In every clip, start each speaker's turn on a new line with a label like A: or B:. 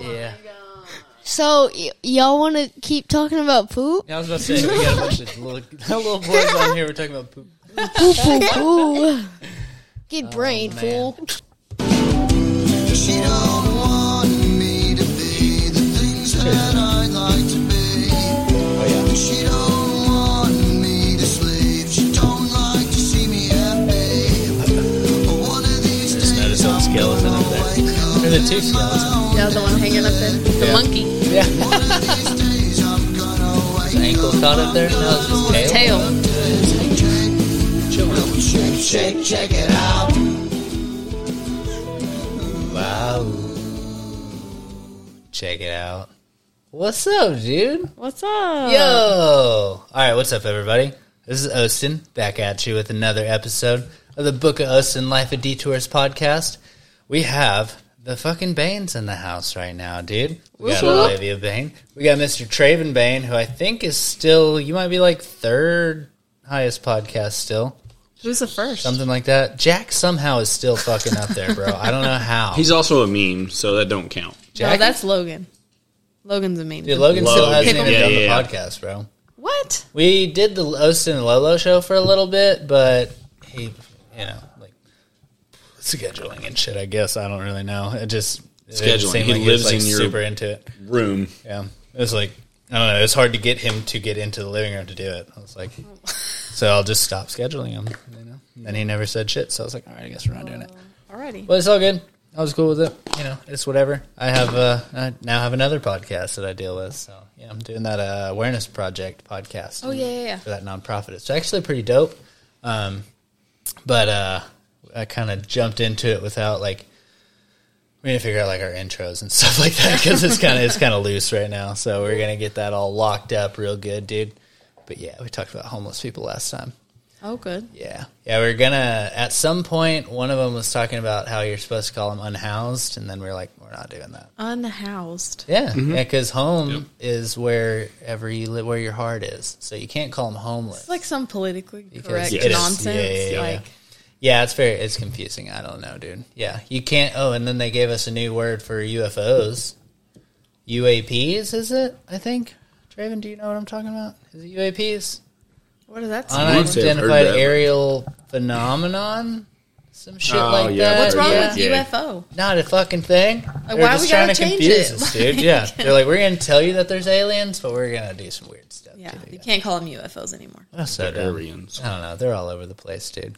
A: Yeah.
B: So y- y'all want to keep talking about poop?
A: Yeah, I was about to say, we got a bunch of little, little boys on here. We're talking about poop.
B: Poop, poop, poop. Get brain,
A: man.
B: fool.
C: She don't want me to be the things that I'd like to be. She don't want me to sleep. She don't like to see me happy. One of these
D: Just
C: days
D: notice all the skeleton up there.
A: Or the two skeletons.
E: Yeah, the one hanging up there. The monkey.
A: Yeah. His ankle caught up there. No, it's his tail.
E: Tail.
C: shake, check it out.
A: Wow. Check it out. What's up, dude?
E: What's up?
A: Yo. All right, what's up, everybody? This is Austin back at you with another episode of the Book of Austin Life of Detours podcast. We have the fucking Baines in the house right now, dude. We got
E: Woohoo.
A: Olivia Bain. We got Mr. Traven Bain, who I think is still, you might be like third highest podcast still,
E: Who's the first?
A: something like that. Jack somehow is still fucking up there, bro. I don't know how.
D: He's also a meme, so that don't count.
E: No,
A: Jack?
E: that's Logan. Logan's a meme.
A: Dude, Logan still
D: Logan.
A: hasn't even
D: Yeah,
A: done
D: yeah,
A: the
D: yeah.
A: podcast, bro.
E: What?
A: We did the Austin and Lolo show for a little bit, but he, you know, like scheduling and shit. I guess I don't really know. It just it didn't
D: Scheduling.
A: seem
D: He
A: was,
D: lives in your-
A: super into it.
D: Room.
A: Yeah, it was like I don't know. It was hard to get him to get into the living room to do it. I was like, so I'll just stop scheduling him. You know, and then he never said shit. So I was like, all right, I guess we're not doing it.
E: Oh, Alrighty.
A: But it's all good. I was cool with it. You know, it's whatever. I have uh, I now have another podcast that I deal with. So yeah, I'm doing that uh, awareness project podcast.
E: Oh, yeah, yeah, yeah.
A: For that nonprofit, it's actually pretty dope. Um, but uh, I kind of jumped into it without like we need to figure out like our intros and stuff like that because it's kind of it's kind of loose right now. So we're gonna get that all locked up real good, dude. But yeah, we talked about homeless people last time.
E: Oh, good.
A: Yeah. Yeah, we are gonna at some point one of them was talking about how you're supposed to call them unhoused and then we are like we're not doing that.
E: Unhoused.
A: Yeah. Yeah, cuz home is where ever you live where your heart is. So you can't call them homeless.
E: It's like some politically
A: Because
E: correct
A: it is.
E: nonsense.
A: Yeah, yeah, yeah,
E: like,
A: yeah, it's very it's confusing. I don't know, dude. Yeah. You can't Oh, and then they gave us a new word for UFOs. UAPs is it? I think. Draven, do you know what I'm talking about? Is it UAPs?
E: what does that sound like?
D: Honestly, I've heard
A: Unidentified
D: that.
A: aerial phenomenon, some shit
D: Oh,
A: like
D: yeah, I've
A: that.
D: heard
E: What's wrong
A: yeah.
E: with
D: Yeah.
E: UFO?
A: Not a fucking thing. They're
E: why
A: just
E: we
A: trying
E: gotta
A: to
E: change
A: confuse
E: it?
A: us, dude. yeah, they're like, we're gonna tell you that there's aliens, but we're gonna do some weird stuff.
E: Yeah,
A: to
E: you
A: you.
E: can't call them UFOs anymore.
A: That's so dumb.
D: Arians.
A: I don't know. They're all over the place, dude.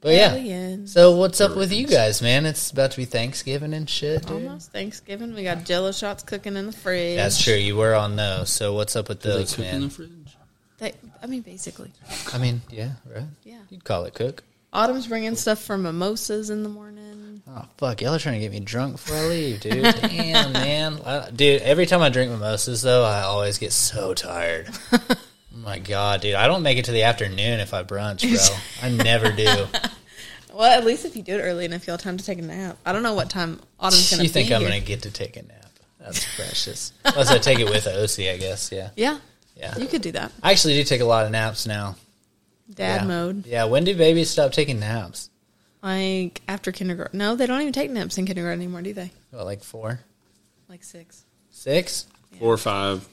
A: But Oh, yeah.
E: Aliens.
A: So what's up with you guys, man? It's about to be Thanksgiving and shit, dude.
E: Almost Thanksgiving. We got Jello shots cooking in the fridge.
A: That's true. You were on those. So what's up with those,
D: Cook in the
A: man?
D: fridge.
E: They, I mean, basically,
A: I mean, yeah, right?
E: yeah.
A: You'd call it cook.
E: Autumn's bringing stuff for mimosas in the morning.
A: Oh fuck, y'all are trying to get me drunk before I leave, dude. Damn, man, I- dude. Every time I drink mimosas, though, I always get so tired. oh my god, dude, I don't make it to the afternoon if I brunch, bro. I never do.
E: Well, at least if you do it early enough, you'll have time to take a nap. I don't know what time Autumn's going to
A: you
E: be
A: think I'm
E: here.
A: gonna get to take a nap? That's precious. Unless I take it with OC, I guess. Yeah,
E: Yeah,
A: yeah.
E: you could do that.
A: I actually do take a lot of naps now.
E: Dad
A: yeah.
E: mode.
A: Yeah. When do babies stop taking naps?
E: Like after kindergarten. No, they don't even take naps in kindergarten anymore, do they?
A: What, like four,
E: Like six.
A: six?
D: Four or five.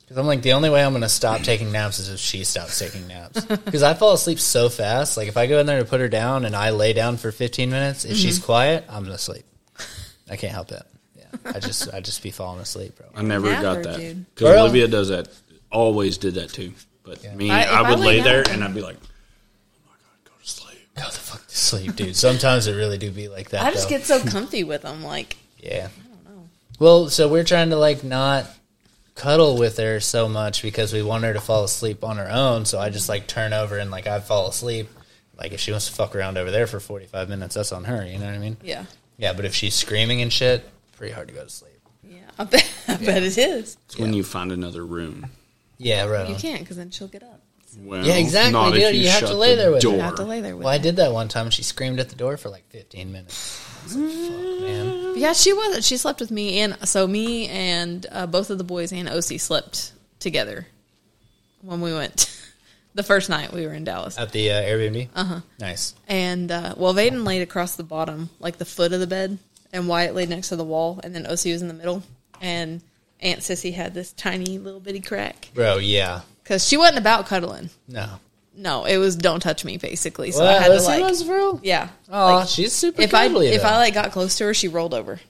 A: Because I'm like, the only way I'm going to stop taking naps is if she stops taking naps. Because I fall asleep so fast. Like, if I go in there to put her down and I lay down for 15 minutes, if
E: Mm-hmm.
A: she's quiet, I'm going to sleep. I can't help it. Yeah. I just, I just be falling asleep, bro.
D: I never
E: Never,
D: got that.
E: dude.
D: Because
A: Bro.
D: Olivia does that. Always did that too. But me,
E: I- if
D: I,
E: I
D: would
E: lay
D: lay
E: down-
D: there and I'd be like, oh my God, go to sleep.
A: Go the fuck to sleep, dude. Sometimes it really do be like that.
E: I just
A: though.
E: get so comfy with them. Like,
A: yeah.
E: I don't know.
A: Well, so we're trying to like not cuddle with her so much because we want her to fall asleep on her own. So I just like turn over and like I fall asleep. Like if she wants to fuck around over there for 45 minutes, that's on her. You know what I mean?
E: Yeah.
A: Yeah, but if she's screaming and shit, pretty hard to go to sleep.
E: Yeah. I bet, I bet it is.
D: It's when you find another room.
A: Yeah, right.
E: You
A: on.
E: can't because then she'll get up.
D: Well,
A: Yeah, exactly, dude. You have to lay there with her.
E: You have to lay there with
A: Well, I
E: her.
A: did that one time. She screamed at the door for like 15 minutes. I was like, Fuck, man.
E: But Yeah, she was. She slept with me, and so me and uh, both of the boys and OC slept together when we went the first night we were in Dallas.
A: At the
E: Uh-huh.
A: uh, Airbnb? Uh huh. Nice.
E: And uh, well, Vaden laid across the bottom, like the foot of the bed, and Wyatt laid next to the wall, and then OC was in the middle, and Aunt Sissy had this tiny little bitty crack
A: bro. Yeah,
E: because she wasn't about cuddling.
A: no.
E: No, it was don't touch me basically. So
A: Well,
E: I had to
A: this
E: like,
A: was real.
E: yeah.
A: Oh,
E: Like,
A: she's super
E: if I
A: cuddly.
E: if
A: though.
E: I like got close to her, she rolled over.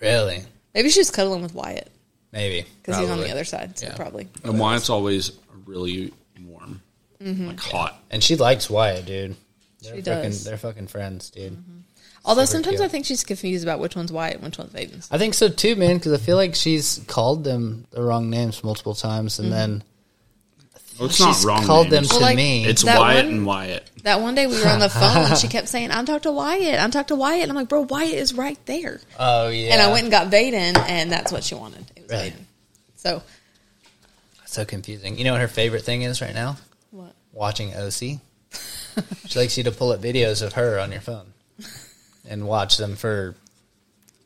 A: really,
E: Maybe she was cuddling with Wyatt
A: maybe
E: because he's on
A: Probably.
E: the other side. So
A: Yeah.
E: probably.
D: And Wyatt's always really warm,
E: Mm-hmm.
D: like hot.
A: And she likes Wyatt, dude. They're fucking,
E: She does. Mm-hmm.
A: They're fucking friends, dude.
E: Although
A: super
E: sometimes
A: cute.
E: I think she's confused about which one's Wyatt and which one's Vaden's.
A: I think so too, man. Because I feel like she's called them the wrong names multiple times, and then
D: Well, it's
A: she's
D: not wrong.
A: called
D: names.
A: them to
E: Mm-hmm. Well, like,
A: me.
D: It's
E: That
D: Wyatt
E: one-
D: and Wyatt.
E: That one day we were on the phone and she kept saying, I'm talking to Wyatt. I'm talking to Wyatt. And I'm like, bro, Wyatt is right there.
A: oh yeah.
E: And I went and got Vaden, and that's what she wanted. It was
A: Right.
E: Vaden. So,
A: So confusing. You know what her favorite thing is right now?
E: what?
A: Watching OC. she likes you to pull up videos of her on your phone and watch them for,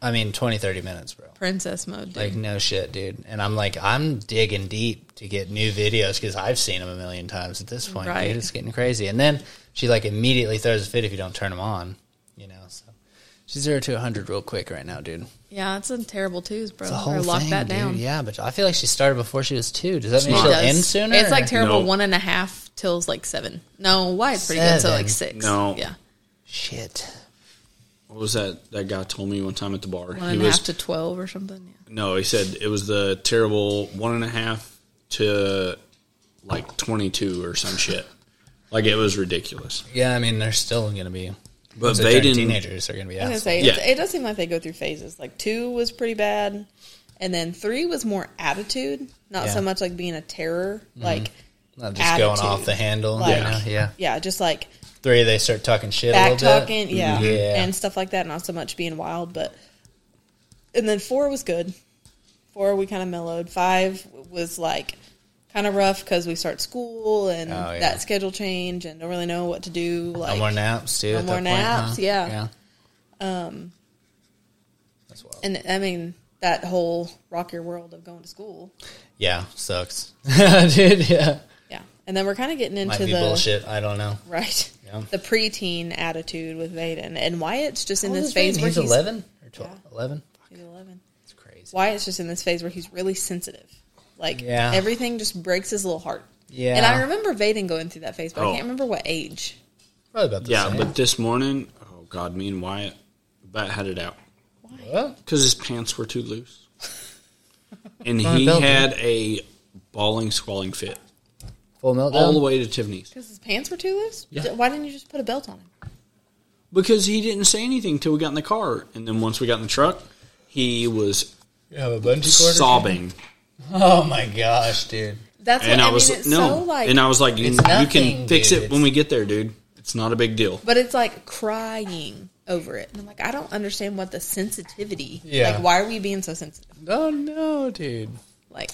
A: I mean, 20, 30 minutes, bro.
E: Princess mode, dude.
A: Like, no shit, dude. And I'm like, I'm digging deep to get new videos because I've seen them a million times at this point.
E: Right.
A: Dude, it's getting crazy. And then she, like, immediately throws a fit if you don't turn them on, you know? So she's zero to 100 real quick right now, dude.
E: yeah, it's a terrible twos, bro.
A: The whole
E: or lock
A: thing,
E: that down.
A: Dude. Yeah, but I feel like she started before she was two. Does that mean
E: It
A: she'll
E: does.
A: end sooner?
E: It's like
A: or-
E: terrible
D: No.
E: one and a half till like seven. No, Wyatt's pretty good till like six.
D: No.
E: Yeah.
A: shit.
D: What was that? That guy told me one time at the bar.
E: one
D: he
E: and a half
D: was
E: to 12 or something. Yeah.
D: no. He said it was the terrible one and a half to like twenty two or some shit. Like it was ridiculous.
A: Yeah, I mean they're still going to be.
D: But
A: once they turn
D: Vaden-
A: teenagers are going to be.
E: I was
A: Assholes.
E: gonna say
D: Yeah.
E: it's- it does seem like they go through phases. Like two was pretty bad, and then three was more attitude, not
A: Yeah.
E: so much like being a terror. Like
A: Not just going
E: attitude.
A: off the handle.
E: Like-
A: yeah, yeah.
E: yeah, just like
A: Three, they start talking shit a
E: back
A: little bit. Mm-hmm.
E: talking, yeah,
A: Yeah.
E: and stuff like that. Not so much being wild, but and then four was good. Four we kind of mellowed. Five was like kind of rough because we start school and
A: Oh, yeah.
E: that schedule change and don't really know what to do. Like
A: No more naps, dude.
E: No
A: at
E: more
A: that point, huh?
E: naps, yeah. Um,
A: Yeah. Um. That's wild.
E: and I mean that whole rock your world of going to school.
A: Yeah, sucks, dude. Yeah,
E: Yeah, and then we're kind of getting into
A: might be
E: the
A: bullshit. I don't know.
E: right,
A: Yeah.
E: the preteen attitude with Vaden, and Wyatt's just in
A: How old
E: this
A: is
E: phase
A: Vaden?
E: where
A: he's
E: he's,
A: eleven or 12, eleven.
E: he's 11.
A: It's crazy.
E: Wyatt's just in this phase where he's really sensitive, like
A: Yeah.
E: everything just breaks his little heart.
A: Yeah.
E: and I remember Vaden going through that phase, but I
D: Oh.
E: can't remember what age.
A: Probably about the
D: Yeah,
A: same.
D: but this morning, oh god, me and Wyatt about had it out
A: Well,
D: because his pants were too loose, and
A: Not a
D: he
A: belt,
D: had a bawling, squalling fit
A: full meltdown.
D: all the way to Tiffany's
E: Because his pants were too loose.
D: Yeah.
E: Why didn't you just put a belt on him?
D: because he didn't say anything till we got in the car, and then once we got in the truck, he was
A: You have a bungee cord. or
D: sobbing.
A: something? Oh my gosh, dude.
E: That's what
D: and
E: I,
D: I,
E: mean.
D: was
E: it's
D: no,
E: so like,
D: and I was like, you,
A: It's
D: you
A: nothing,
D: can fix
A: dude.
D: it when we get there, dude. It's not a big deal.
E: But it's like crying over it. And I'm like, I don't understand what the sensitivity.
A: Yeah.
E: Like, why are we being so sensitive?
A: Oh no, dude.
E: Like,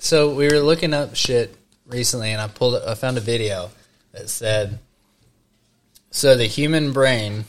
A: so we were looking up shit recently, and I pulled, I found a video that said, so the human brain,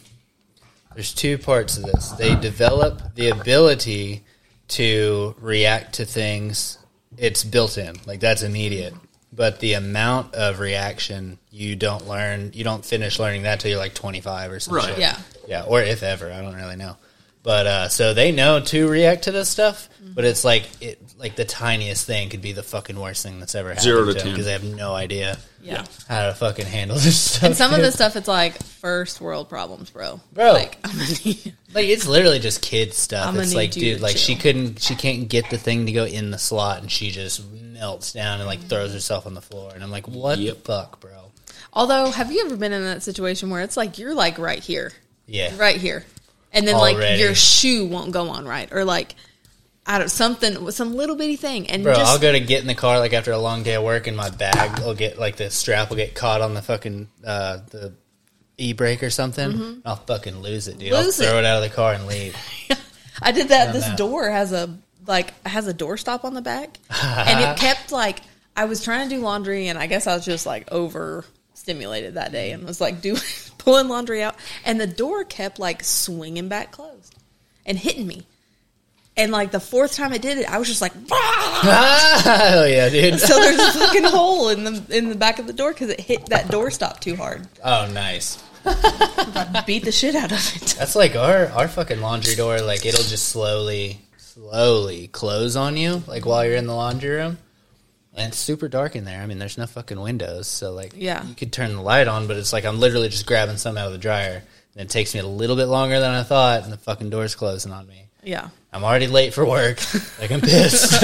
A: there's two parts of this. They develop the ability to react to things. It's built in, like that's immediate. But the amount of reaction you don't learn, you don't finish learning that till you're like 25 or something.
D: Right.
E: Yeah.
A: Yeah, or if ever, I don't really know. But uh, so they know to react to this stuff,
E: Mm-hmm.
A: but it's like it like the tiniest thing could be the fucking worst thing that's ever happened
D: Zero to
A: to
D: ten.
A: because they have no idea
E: yeah.
A: how to fucking handle this stuff.
E: And some of
A: dude.
E: the stuff, it's like first world problems, bro.
A: Bro.
E: Like, I'm gonna need-
A: like it's literally just kid stuff.
E: I'ma
A: it's
E: need
A: like,
E: you
A: dude,
E: to
A: like she
E: chill.
A: couldn't, she can't get the thing to go in the slot, and she just melts down and like throws herself on the floor. And I'm like, what
D: Yep.
A: the fuck, bro?
E: Although, have you ever been in that situation where it's like you're like right here,
A: Yeah,
E: right here, and then like
A: Already.
E: your shoe won't go on right, or like I don't something, some little bitty thing, and
A: Bro,
E: just
A: I'll go to get in the car like after a long day of work, and my bag will get like the strap will get caught on the fucking uh, the e brake or something. and I'll fucking lose it, dude.
E: Mm-hmm. Lose
A: I'll throw
E: it.
A: it. out of the car and leave.
E: I did that. This
A: that.
E: door has a like has a door stop on the back, and it kept like I was trying to do laundry, and I guess I was just like over stimulated that day, and was like doing pulling laundry out, and the door kept like swinging back closed and hitting me, and like the fourth time it did it, I was just like, "Bah!"
A: Hell yeah, dude.
E: so there's a fucking hole in the in the back of the door because it hit that door stop too hard.
A: Oh, nice.
E: beat the shit out of it.
A: That's like our our fucking laundry door. Like it'll just slowly, slowly close on you, like while you're in the laundry room. And it's super dark in there. I mean, there's no fucking windows, so like,
E: Yeah.
A: you could turn the light on, but it's like I'm literally just grabbing some out of the dryer, and it takes me a little bit longer than I thought, and the fucking door's closing on me.
E: Yeah.
A: I'm already late for work. Like I'm pissed.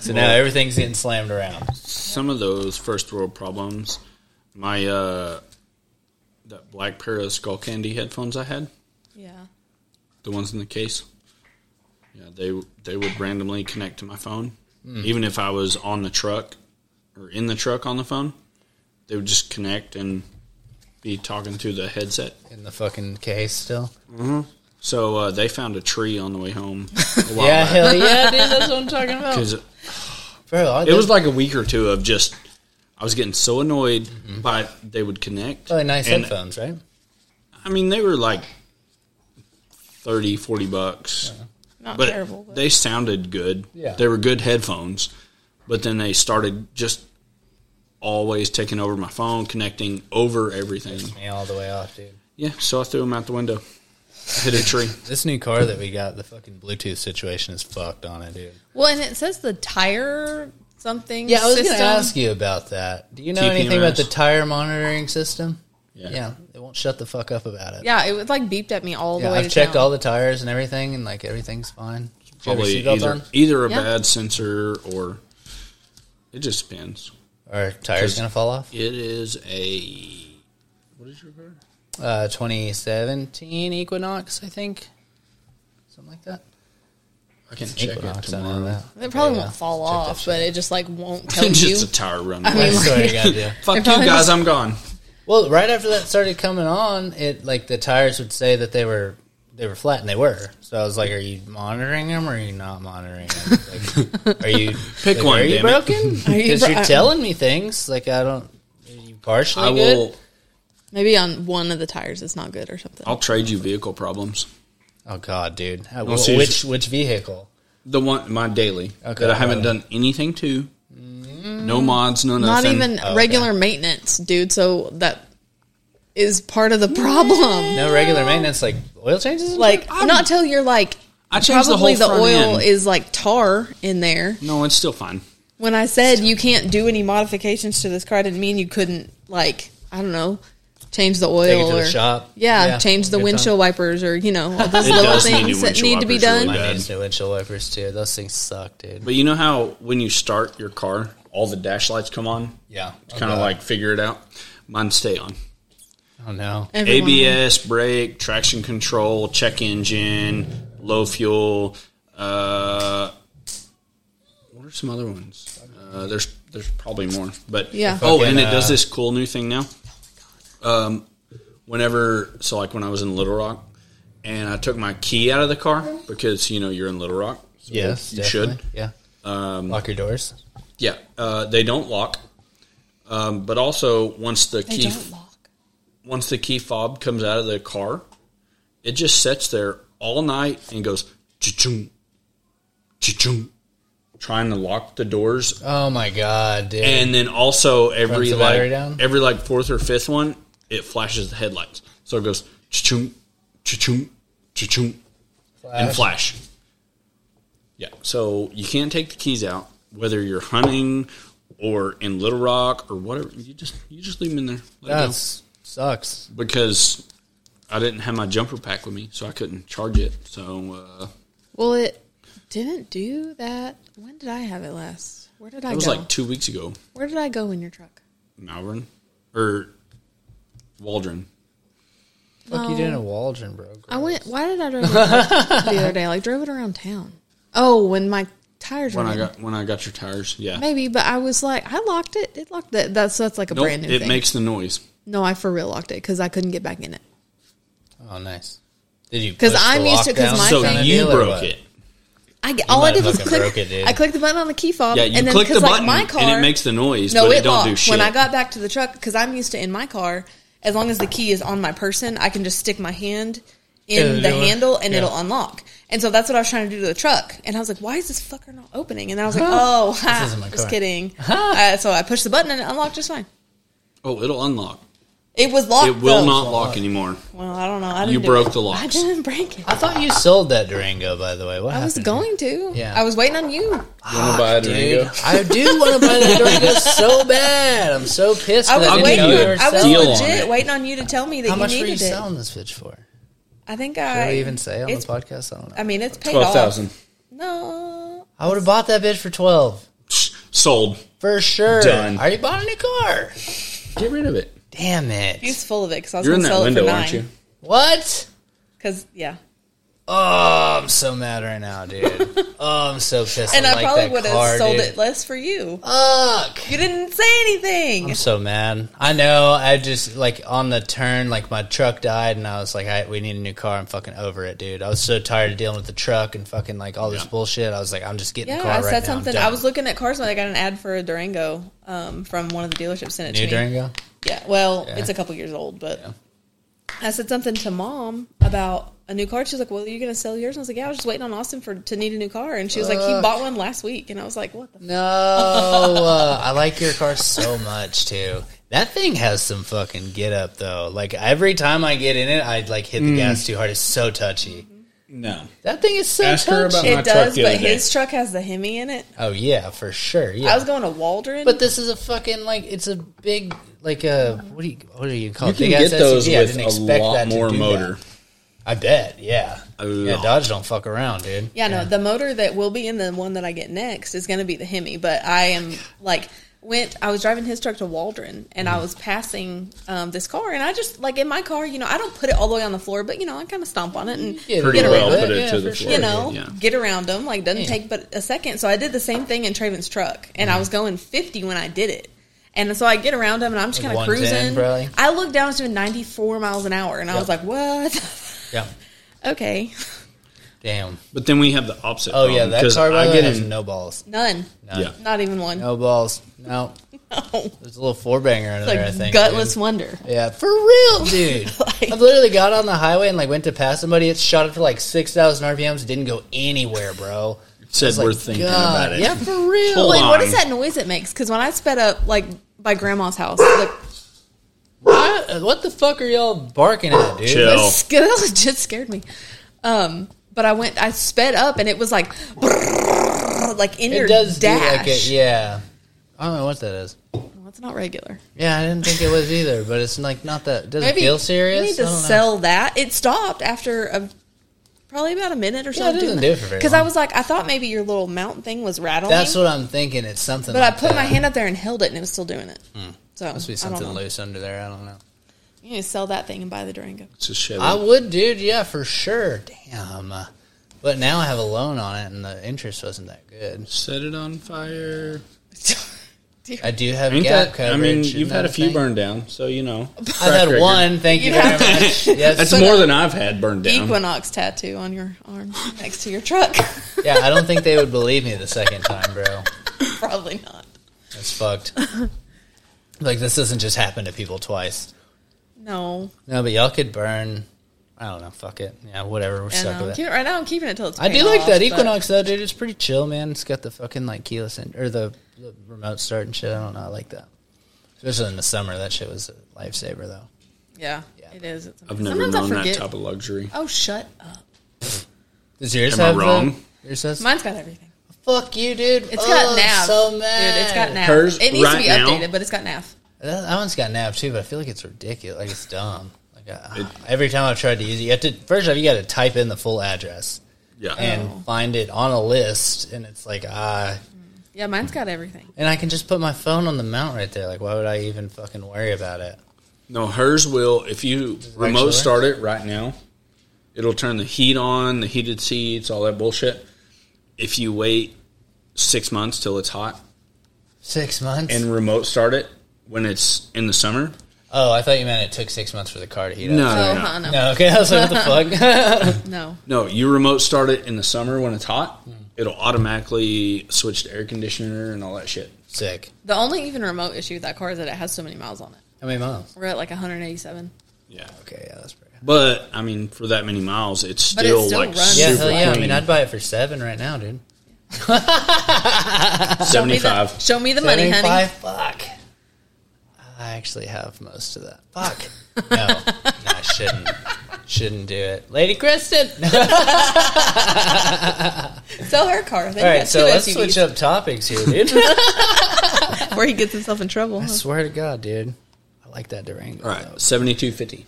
A: so now everything's getting slammed around.
D: some of those first world problems. My uh, that black pair of skull candy headphones I had,
E: Yeah.
D: the ones in the case. Yeah, they they would randomly connect to my phone,
A: Hmm.
D: even if I was on the truck or in the truck on the phone. They would just connect and be talking through the headset.
A: In the fucking case still.
D: So uh, they found a tree on the way home. A while
A: Yeah, hell yeah, dude.
E: That's what I'm talking about.
D: because
A: Bro, I-
D: it was like a week or two of just. I was getting so annoyed by they would connect.
A: really nice
D: and
A: headphones, right?
D: I mean, they were like 30, 40 bucks.
E: Not
D: But
E: terrible. But.
D: they sounded good.
A: Yeah.
D: They were good headphones. But then they started just always taking over my phone, connecting over everything.
A: Me all the way off, dude.
D: Yeah, so I threw them out the window. Hit a tree.
A: This new car that we got, the fucking Bluetooth situation is fucked on it, dude.
E: well, and it says the tire something.
A: Yeah, I was going
E: system.
A: to ask you about that. Do you know
D: TPMS.
A: anything about the tire monitoring system?
D: Yeah.
A: Yeah, it won't shut the fuck up about it.
E: Yeah, it was like beeped at me all the
A: Yeah,
E: way.
A: I've
E: to
A: checked
E: town.
A: all the tires and everything, and like everything's fine. Did you have your
D: Probably
A: seatbelt
D: either,
A: on?
D: either a
E: Yeah.
D: bad sensor or it just depends.
A: Or tires gonna fall off?
D: It is a. What is your car?
A: Uh, 2017 Equinox, I think, something like that.
D: I can check it
A: I don't
D: tomorrow.
A: know.
E: It probably
A: Yeah,
E: won't fall
A: check that
E: off,
A: shit
E: but it just like won't tell you.
D: just a tire run.
A: I swear to God, yeah.
D: Fuck you
E: probably
D: guys,
E: just-
D: I'm gone.
A: Well, right after that started coming on, it like the tires would say that they were they were flat, and they were. So I was like, "Are you monitoring them, or are you not monitoring them? Like, are you
D: Pick
A: like,
D: one,
A: Are you
D: damn it.
A: broken?
E: you
A: Because
E: bro-
A: you're telling me things like I don't. Are you partially
D: I
A: good?
D: will.
E: Maybe on one of the tires it's not good or something.
D: I'll trade you vehicle problems.
A: Oh God, dude! Uh,
D: We'll
A: wh-
D: see if-
A: which which vehicle?
D: The one my daily
A: Okay.
D: that I haven't done anything to. No mods, no
E: not
D: nothing.
E: even
A: okay.
E: regular maintenance, dude. So that is part of the problem.
A: No regular maintenance, like oil changes.
E: Like not till you're like
D: I changed the
E: probably
D: whole
E: the,
D: front
E: oil
D: end.
E: is like tar in there.
D: No, it's still fine.
E: When I said you can't do any modifications to this car, I didn't mean you couldn't like I don't know change the oil
A: take it to
E: or
A: the shop.
E: Yeah, change the
A: good time.
E: windshield wipers or you know all those
D: It
E: little
D: does need new
E: things that
D: windshield
E: need to be
D: wipers, really.
E: done.
D: Like-
A: I
D: Bad.
A: need new windshield wipers too. Those things suck, dude.
D: But you know how when you start your car, all the dash lights come on.
A: yeah,
D: Kind of like figure it out. Mine stay on.
A: oh no.
E: Everyone-
D: ABS, brake, traction control, check engine, low fuel. Uh, what are some other ones? Uh, there's there's probably more, but
E: Yeah.
D: Oh,
A: Fucking,
D: and it does
A: uh,
D: this cool new thing now. Um, whenever so like when I was in Little Rock, and I took my key out of the car because you know you're in Little Rock. So
A: Yes,
D: you
A: definitely.
D: should.
A: Yeah. Um, Lock your doors.
D: Yeah, uh, they don't lock. Um, but also once the
E: They
D: key
E: don't lock.
D: once the key fob comes out of the car, it just sits there all night and goes cha-chung, cha-chung, trying to lock the doors.
A: Oh my god, dude!
D: And then also every
A: the battery
D: like
A: down?
D: every like fourth or fifth one, it flashes the headlights. So it goes cha-chung, cha-chung, cha-chung, and flash. Uh, Yeah. So you can't take the keys out whether you're hunting or in Little Rock or whatever. You just you just leave them in there. Let 'em go
A: That's sucks.
D: because I didn't have my jumper pack with me, so I couldn't charge it. So uh,
E: Well, it didn't do that. When did I have it last? Where did I
D: it was
E: go?
D: like two weeks ago,
E: Where did I go in your truck?
D: Malvern or Waldron.
A: Fuck you doing a Waldron, bro?
E: I went. Why did I drive it the other day? Like drove it around town. Oh, when my tires
D: When
E: were
D: I
E: in.
D: got when I got your tires, yeah,
E: maybe, but I was like, I locked it. It locked that. That's that's like a
D: Nope,
E: brand new
D: it
E: thing.
D: makes the noise.
E: no, I for real locked it because I couldn't get back in it.
A: Oh, nice. Did you?
E: 'Cause
A: push the
E: I'm used to- 'cause
A: lockdown kinda
E: my
D: So
E: thing-
D: you
A: deal or
D: broke
A: what?
D: it.
E: I get, all I
A: might have
E: did was
A: fucking
E: click.
A: broke it, dude.
E: I clicked the button on the key fob.
D: Yeah, you
E: and then,
D: click the
E: 'cause,
D: button
E: like, my car,
D: and it makes the noise,
E: No,
D: but
E: it,
D: it don't
E: locked.
D: do shit.
E: When I got back to the truck, because I'm used to in my car, as long as the key is on my person, I can just stick my hand in
A: It'll
E: the
A: do it.
E: handle and
A: Yeah.
E: it'll unlock. And so that's what I was trying to do to the truck. And I was like, why is this fucker not opening? And then I was like, oh, ha,
A: isn't my
E: just
A: car.
E: kidding. uh, so I pushed the button and it unlocked just fine.
D: Oh, it'll unlock.
E: It was locked.
D: It will
E: though.
D: not lock anymore.
E: Well, I don't know. I didn't
D: You
E: do
D: broke
E: it.
D: the locks.
E: I didn't break it.
A: I thought you sold that Durango, by the way. What
E: I was
A: happened?
E: going to.
A: Yeah.
E: I was waiting on you.
D: Want to buy a
A: Dude,
D: Durango?
A: I do want to buy that Durango so bad. I'm so pissed.
E: I
A: that
E: was
A: didn't
E: waiting.
A: know
D: you
A: you
D: a
A: were
E: I was
A: selling
D: deal
A: it.
D: on
E: legit
D: it.
E: waiting on you to tell me that
A: How
E: you
A: much were
E: needed
A: you
E: it.
A: selling this bitch for?
E: I think
A: Did
E: I
A: I even say on the
E: it's-
A: podcast? I don't know.
E: I mean, it's paid
D: Twelve
E: off.
D: thousand
E: No,
A: I would have bought that bitch for twelve
D: sold.
A: for sure.
D: Done.
A: I already bought a new car.
D: Get rid of it.
A: Damn it!
E: he's full of it because I was
D: You're in
E: going
D: that
E: to sell it
D: window,
E: for
D: aren't
E: nine.
D: you?
A: What?
E: Because yeah,
A: Oh, I'm so mad right now, dude. oh, I'm so pissed.
E: and I,
A: like
E: probably
A: that
E: would have
A: car,
E: sold
A: dude.
E: it less for you.
A: Fuck.
E: You didn't say anything.
A: I'm so mad. I know. I just like on the turn, like my truck died, and I was like, I, "We need a new car." I'm fucking over it, dude. I was so tired of dealing with the truck and fucking like all this
D: Yeah.
A: bullshit. I was like, "I'm just getting
E: Yeah,
A: the car
E: I
A: right
E: said
A: now. I'm
E: something.
A: done."
E: I was looking at cars when I got an ad for a Durango um, from one of the dealerships. Sent it
A: new
E: to me.
A: Durango.
E: Yeah, well,
A: Yeah.
E: it's a couple years old, but I said something to mom about a new car. She's like, "Well, you're gonna sell yours?" And I was like, "Yeah, I was just waiting on Austin for to need a new car." And she was like, "He
A: Fuck.
E: bought one last week," and I was like, "What the?" F-?
A: No, uh, I like your car so much too. That thing has some fucking get up though. Like every time I get in it, I like hit
D: Mm.
A: the gas too hard. It's so touchy.
D: No.
A: That thing is so
D: Ask her
A: touchy.
D: about my
E: It does,
D: truck the other
E: but
D: day.
E: his truck has the Hemi in it.
A: oh yeah, for sure. Yeah,
E: I was going to Waldron,
A: But this is a fucking like it's a big like a what do you what do you call
D: You
A: it? Big
D: can get
A: ass
D: those
A: SUV. I
D: with
A: didn't
D: a
A: expect
D: lot
A: that to
D: more
A: do
D: motor.
A: that. I bet, yeah.
D: A
A: Yeah,
D: lot.
A: Dodge don't fuck around, dude.
E: yeah, no, the motor that will be in the one that I get next is gonna be the Hemi. But I am like. Went. I was driving his truck to Waldron, and
D: Mm-hmm.
E: I was passing um, this car, and I just like in my car, you know, I don't put it all the way on the floor, but you know, I kind of stomp on it and
A: Yeah,
D: Pretty
A: get
D: well
A: around
D: put
A: it,
D: it
A: yeah,
D: to
A: for
D: the
A: sure.
D: floor.
E: you know,
D: Yeah.
E: get around them. Like doesn't
A: Yeah.
E: take but a second. So I did the same thing in Traven's truck, and I was going 50 when I did it. And so I get around him, and I'm just
A: Like
E: kind of
A: 110
E: cruising.
A: probably?
E: I looked down; I was doing 94 miles an hour, and I
A: Yep.
E: was like, "What?
A: Yeah.
E: okay,
A: Damn.
D: But then we have the opposite.
A: Oh yeah,
D: problem,
A: that
D: Um, 'cause
A: car by
D: I
A: the
D: get
A: way, has
D: in-
A: no balls.
E: none,
D: Yeah.
E: not even one.
A: No balls. No.
E: No.
A: There's a little four banger in there, I
E: It's like
A: think.
E: gutless
A: dude.
E: wonder.
A: Yeah, for real, dude.
E: Like-
A: I've literally got on the highway and like went to pass somebody. It shot up to like six thousand RPMs. Didn't go anywhere, bro.
D: Said
A: Like,
D: we're thinking
A: God.
D: about it.
A: Yeah, for real.
D: Hold
E: Like, what
D: on.
E: is that noise it makes? Because when I sped up, like by Grandma's house, like,
A: I- what the fuck are y'all barking at, dude?
D: Chill.
E: That sca- that legit scared me. Um, but I went, I sped up, and it was like, like in your
A: It does
E: dash.
A: do like it, yeah. I don't know what that is.
E: Well, it's not regular.
A: Yeah, I didn't think it was either, but it's like not that. Does it feel serious?
E: You need to
A: I don't know.
E: sell that. It stopped after a, probably about a minute or so.
A: it doesn't do it for very
E: Because I
A: long.
E: was like, I thought maybe your little mountain thing was rattling.
A: That's what I'm thinking. It's something.
E: but I
A: like
E: put
A: that.
E: my hand up there and held it, and it was still doing it. So
A: Hmm. Must be
E: I
A: something
E: don't know.
A: loose under there. I don't know.
E: You need to sell that thing and buy the Durango.
D: It's a Chevy.
A: I would, dude. Yeah, for sure. Damn. But now I have a loan on it, and the interest wasn't that good.
D: Set it on fire.
A: I do have
D: Ain't
A: gap
D: that,
A: coverage.
D: I mean,
A: Isn't
D: you've
A: that
D: had a few
A: thing?
D: burned down, so you know.
A: I've
D: Track
A: had
D: record.
A: one. Thank you
E: You'd
A: very
E: have to-
A: much. Yes.
D: That's more than I've had burned down.
E: Equinox tattoo on your arm next to your truck.
A: yeah, I don't think they would believe me the second time, bro.
E: Probably not.
A: That's fucked. like this doesn't just happen to people twice.
E: No.
A: No, but y'all could burn. I don't know. Fuck it. Yeah, whatever. We're
E: And,
A: stuck
E: um,
A: with it.
E: keep- right now, I'm keeping it till it's.
A: I do
E: paying
A: like
E: off,
A: that
E: but-
A: Equinox though, dude. It's pretty chill, man. It's got the fucking like keyless in, or the, the remote start and shit. I don't know. I like that, especially in the summer. That shit was a lifesaver though.
E: Yeah,
A: Yeah.
E: it is. It's
D: I've never
E: Sometimes I
D: known that
E: forget.
D: type of luxury.
E: Oh, shut up!
A: Does yours
D: Am I
A: have the-
D: wrong?
A: yours has
E: Mine's got everything.
A: fuck you, dude.
E: It's
A: oh,
E: got nav.
A: So mad,
E: Dude, it's got nav.
D: Hers
E: it needs
D: right
E: to be
D: now-
E: updated, but it's got nav.
A: That, that one's got nav too, but I feel like it's ridiculous. Like it's dumb. Like I, every time I've tried to use it, you have to first off you got to type in the full address
D: Yeah.
A: and find it on a list, and it's like ah.
E: Yeah, mine's got everything.
A: and I can just put my phone on the mount right there. Like, why would I even fucking worry about it?
D: no, hers will. If you remote
A: actually-
D: start it right now, it'll turn the heat on, the heated seats, all that bullshit. If you wait six months till it's hot
A: Six months.
D: and remote start it when it's in the summer,
A: Oh, I thought you meant it took six months for the car to heat
D: no,
A: up.
D: no,
E: Oh,
D: no.
E: huh, no, no,
A: No, okay. I was like, what the fuck?
D: No, you remote start it in the summer when it's hot. It'll automatically switch to air conditioner and all that shit.
A: Sick.
E: The only even remote issue with that car is that it has so many miles on it.
A: How many miles?
E: We're at like 187.
D: Yeah.
A: Okay, yeah, that's pretty.
D: But I mean, for that many miles, it's
E: But it
D: still,
E: still
D: like
E: runs.
A: Yeah,
D: super
A: hell yeah. I mean,
D: clean.
A: I'd buy it for seven right now, dude.
E: Show me the,
D: 75.
E: show me the money, honey.
A: Fuck. I actually have most of that. Fuck. No, no, I shouldn't. Shouldn't do it. Lady Kristen.
E: Sell her car. Then
A: All
E: you
A: right,
E: got
A: so
E: two
A: let's
E: SUVs
A: switch up topics here, dude.
E: Where he gets himself in trouble.
A: I swear to God, dude. I like that Durango.
D: All
A: though.
D: right, seventy-two fifty.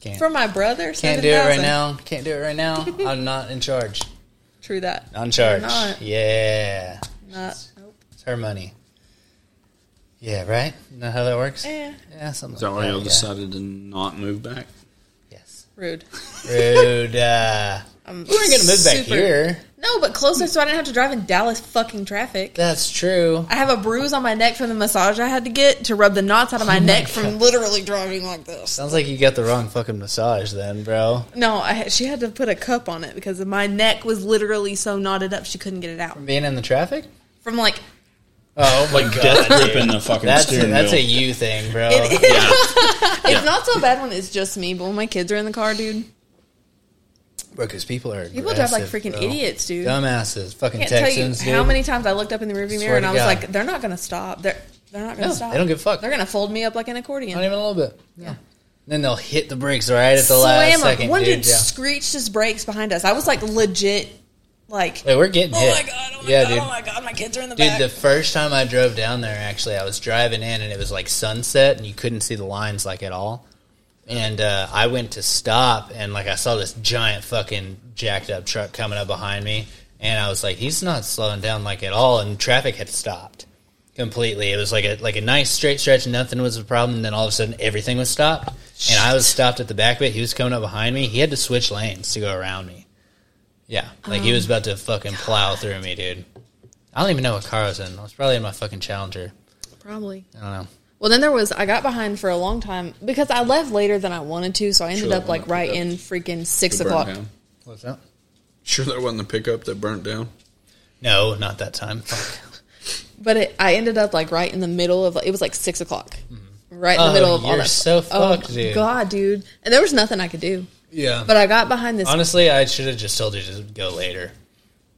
A: Can't,
E: For my brother,
A: can't do it right
E: 7,000.
A: now. Can't do it right now. I'm not in charge.
E: True that.
A: On charge.
E: not.
A: Yeah.
E: Not. Nope.
A: It's her money. Yeah, right? Know how that works?
E: Eh,
A: Yeah, something
D: Is that
A: like
D: why y'all
A: yeah.
D: decided to not move back?
A: Yes.
E: rude.
A: Rude. Uh,
E: I'm
A: we weren't going to move back
E: super-
A: here.
E: No, but closer, so I didn't have to drive in Dallas fucking traffic.
A: That's true.
E: I have a bruise on my neck from the massage I had to get to rub the knots out of
A: Oh
E: my neck from literally driving like this.
A: Sounds like you got the wrong fucking massage then, bro.
E: No, I, had- she had to put a cup on it because my neck was literally so knotted up she couldn't get it out.
A: Being in the traffic?
E: From like,
A: Oh, my
D: Like uh,
A: God.
D: death
A: dude.
D: gripping the fucking
A: That's a,
D: steering
A: that's a
D: wheel.
A: you thing, bro.
E: it is.
D: Yeah.
E: It's not so bad when it's just me, but when my kids are in the car, dude,
A: Bro, because people are
E: people drive like
A: aggressive,
E: freaking
A: bro.
E: idiots, dude.
A: Dumbasses, fucking
E: can't
A: Texans,
E: tell you how
A: dude.
E: many times I looked up in the rearview
A: Swear
E: mirror and
A: to
E: I was
A: God.
E: like, they're not going to stop. They're they're not going to
A: No,
E: stop.
A: they don't give a fuck.
E: They're going to fold me up like an accordion.
A: Not even a little bit. Yeah. Then they'll hit the brakes right at the last
E: Slam 'em.
A: second,
E: One
A: dude.
E: dude
A: yeah.
E: screeched his brakes behind us. I was like legit, like,
A: Wait, we're getting
E: oh
A: hit.
E: my god, oh my
A: yeah,
E: god,
A: dude.
E: oh my god, my kids are in the
A: Dude,
E: back.
A: the first time I drove down there, actually, I was driving in and it was like sunset and you couldn't see the lines like at all. And uh, I went to stop and like I saw this giant fucking jacked up truck coming up behind me. And I was like, he's not slowing down like at all. And traffic had stopped completely. It was like a, like a nice straight stretch. Nothing was a problem. And then all of a sudden everything was stopped. And I was stopped at the back of it. He was coming up behind me. He had to switch lanes to go around me. Yeah. Like
E: Uh-huh.
A: he was about to fucking plow through me, dude. I don't even know what car I was in. I was probably in my fucking Challenger.
E: Probably.
A: I don't know.
E: Well, then there was I got behind for a long time because I left later than I wanted to, so I ended
D: Sure,
E: up like
D: I'm not
E: right
D: picked
E: in
D: up.
E: freaking six o'clock.
A: What's that?
D: Sure, that wasn't the pickup that burnt down.
A: No, not that time. Fuck.
E: But it, I ended up like right in the middle of it was like six o'clock, right in
A: Oh,
E: the middle of all
A: you're
E: that.
A: so fucked,
E: oh,
A: dude.
E: God, dude, and there was nothing I could do.
A: yeah.
E: But I got behind this.
A: honestly, I should have just told you to go later.